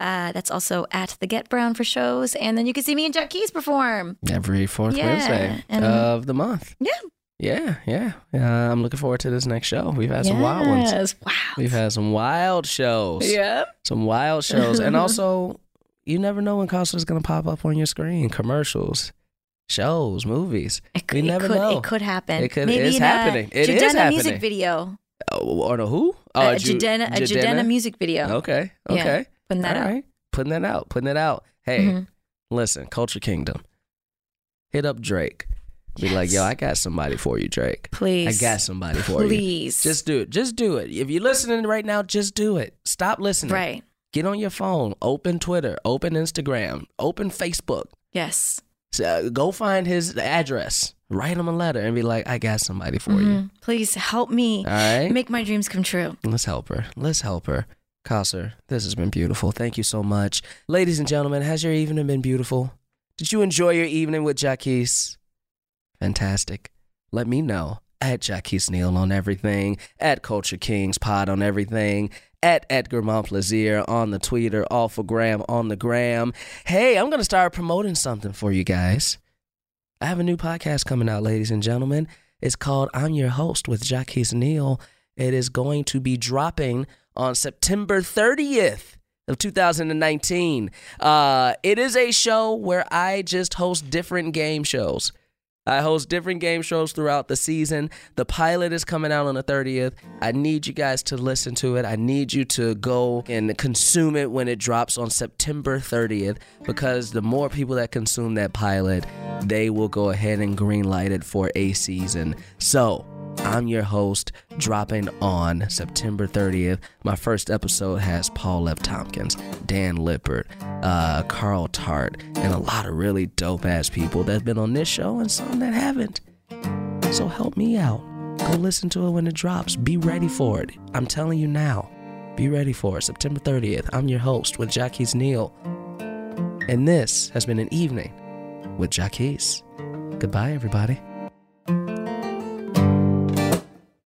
Uh, that's also at The Get Brown for shows. And then you can see me and Jack Keys perform. Every fourth Yeah, Wednesday and- of the month. Yeah. Yeah, yeah. Uh, I'm looking forward to this next show. We've had some wild ones. Yes. Wow. We've had some wild shows. Yeah. Some wild shows. <laughs> and also, you never know when concerts going to pop up on your screen. Commercials, shows, movies. It could, We never it could, know. It could happen. It could- Maybe it's in a happening. It is Jadena happening. music video. Oh, or no who? a, a Ju- Jadena, a Jadena, music video. Okay. Yeah. Okay. Putting that All out. right. Putting that out. Putting it out. Hey, Mhm. listen, Culture Kingdom. Hit up Drake. Be like, yo, Yes. I got somebody for you, Drake. I Please. got somebody for you. Please. Just do it. Just do it. If you're listening right now, just do it. Stop listening. right. Get on your phone. Open Twitter. Open Instagram. Open Facebook. Yes. So, uh, go find his address. Write him a letter and be like, I got somebody for you. Mhm. Please help me All right. make my dreams come true. Let's help her. Let's help her. Kasser, this has been beautiful. Thank you so much. Ladies and gentlemen, has your evening been beautiful? Did you enjoy your evening with Jaquise? Fantastic. Let me know at Jaquise Neal on everything, at Culture Kings Pod on everything, at Edgar Montplaisir on the Twitter, all for Graham on the gram. Hey, I'm going to start promoting something for you guys. I have a new podcast coming out, ladies and gentlemen. It's called I'm Your Host with Jaquise Neal. It is going to be dropping on September 30th of 2019. Uh, it is a show where I just host different game shows. I host different game shows throughout the season. The pilot is coming out on the 30th. I need you guys to listen to it. I need you to go and consume it when it drops on September 30th because the more people that consume that pilot, they will go ahead and greenlight it for a season. So, I'm your host, dropping on September 30th. My first episode has Paul F. Tompkins, Dan Lippert, uh, Carl Tart, and a lot of really dope ass people that have been on this show and some that haven't. So help me out. Go listen to it when it drops. Be ready for it. I'm telling you now. Be ready for it. September 30th. I'm your host with Jackie's Neal. And this has been an evening with Jackie's. Goodbye, everybody.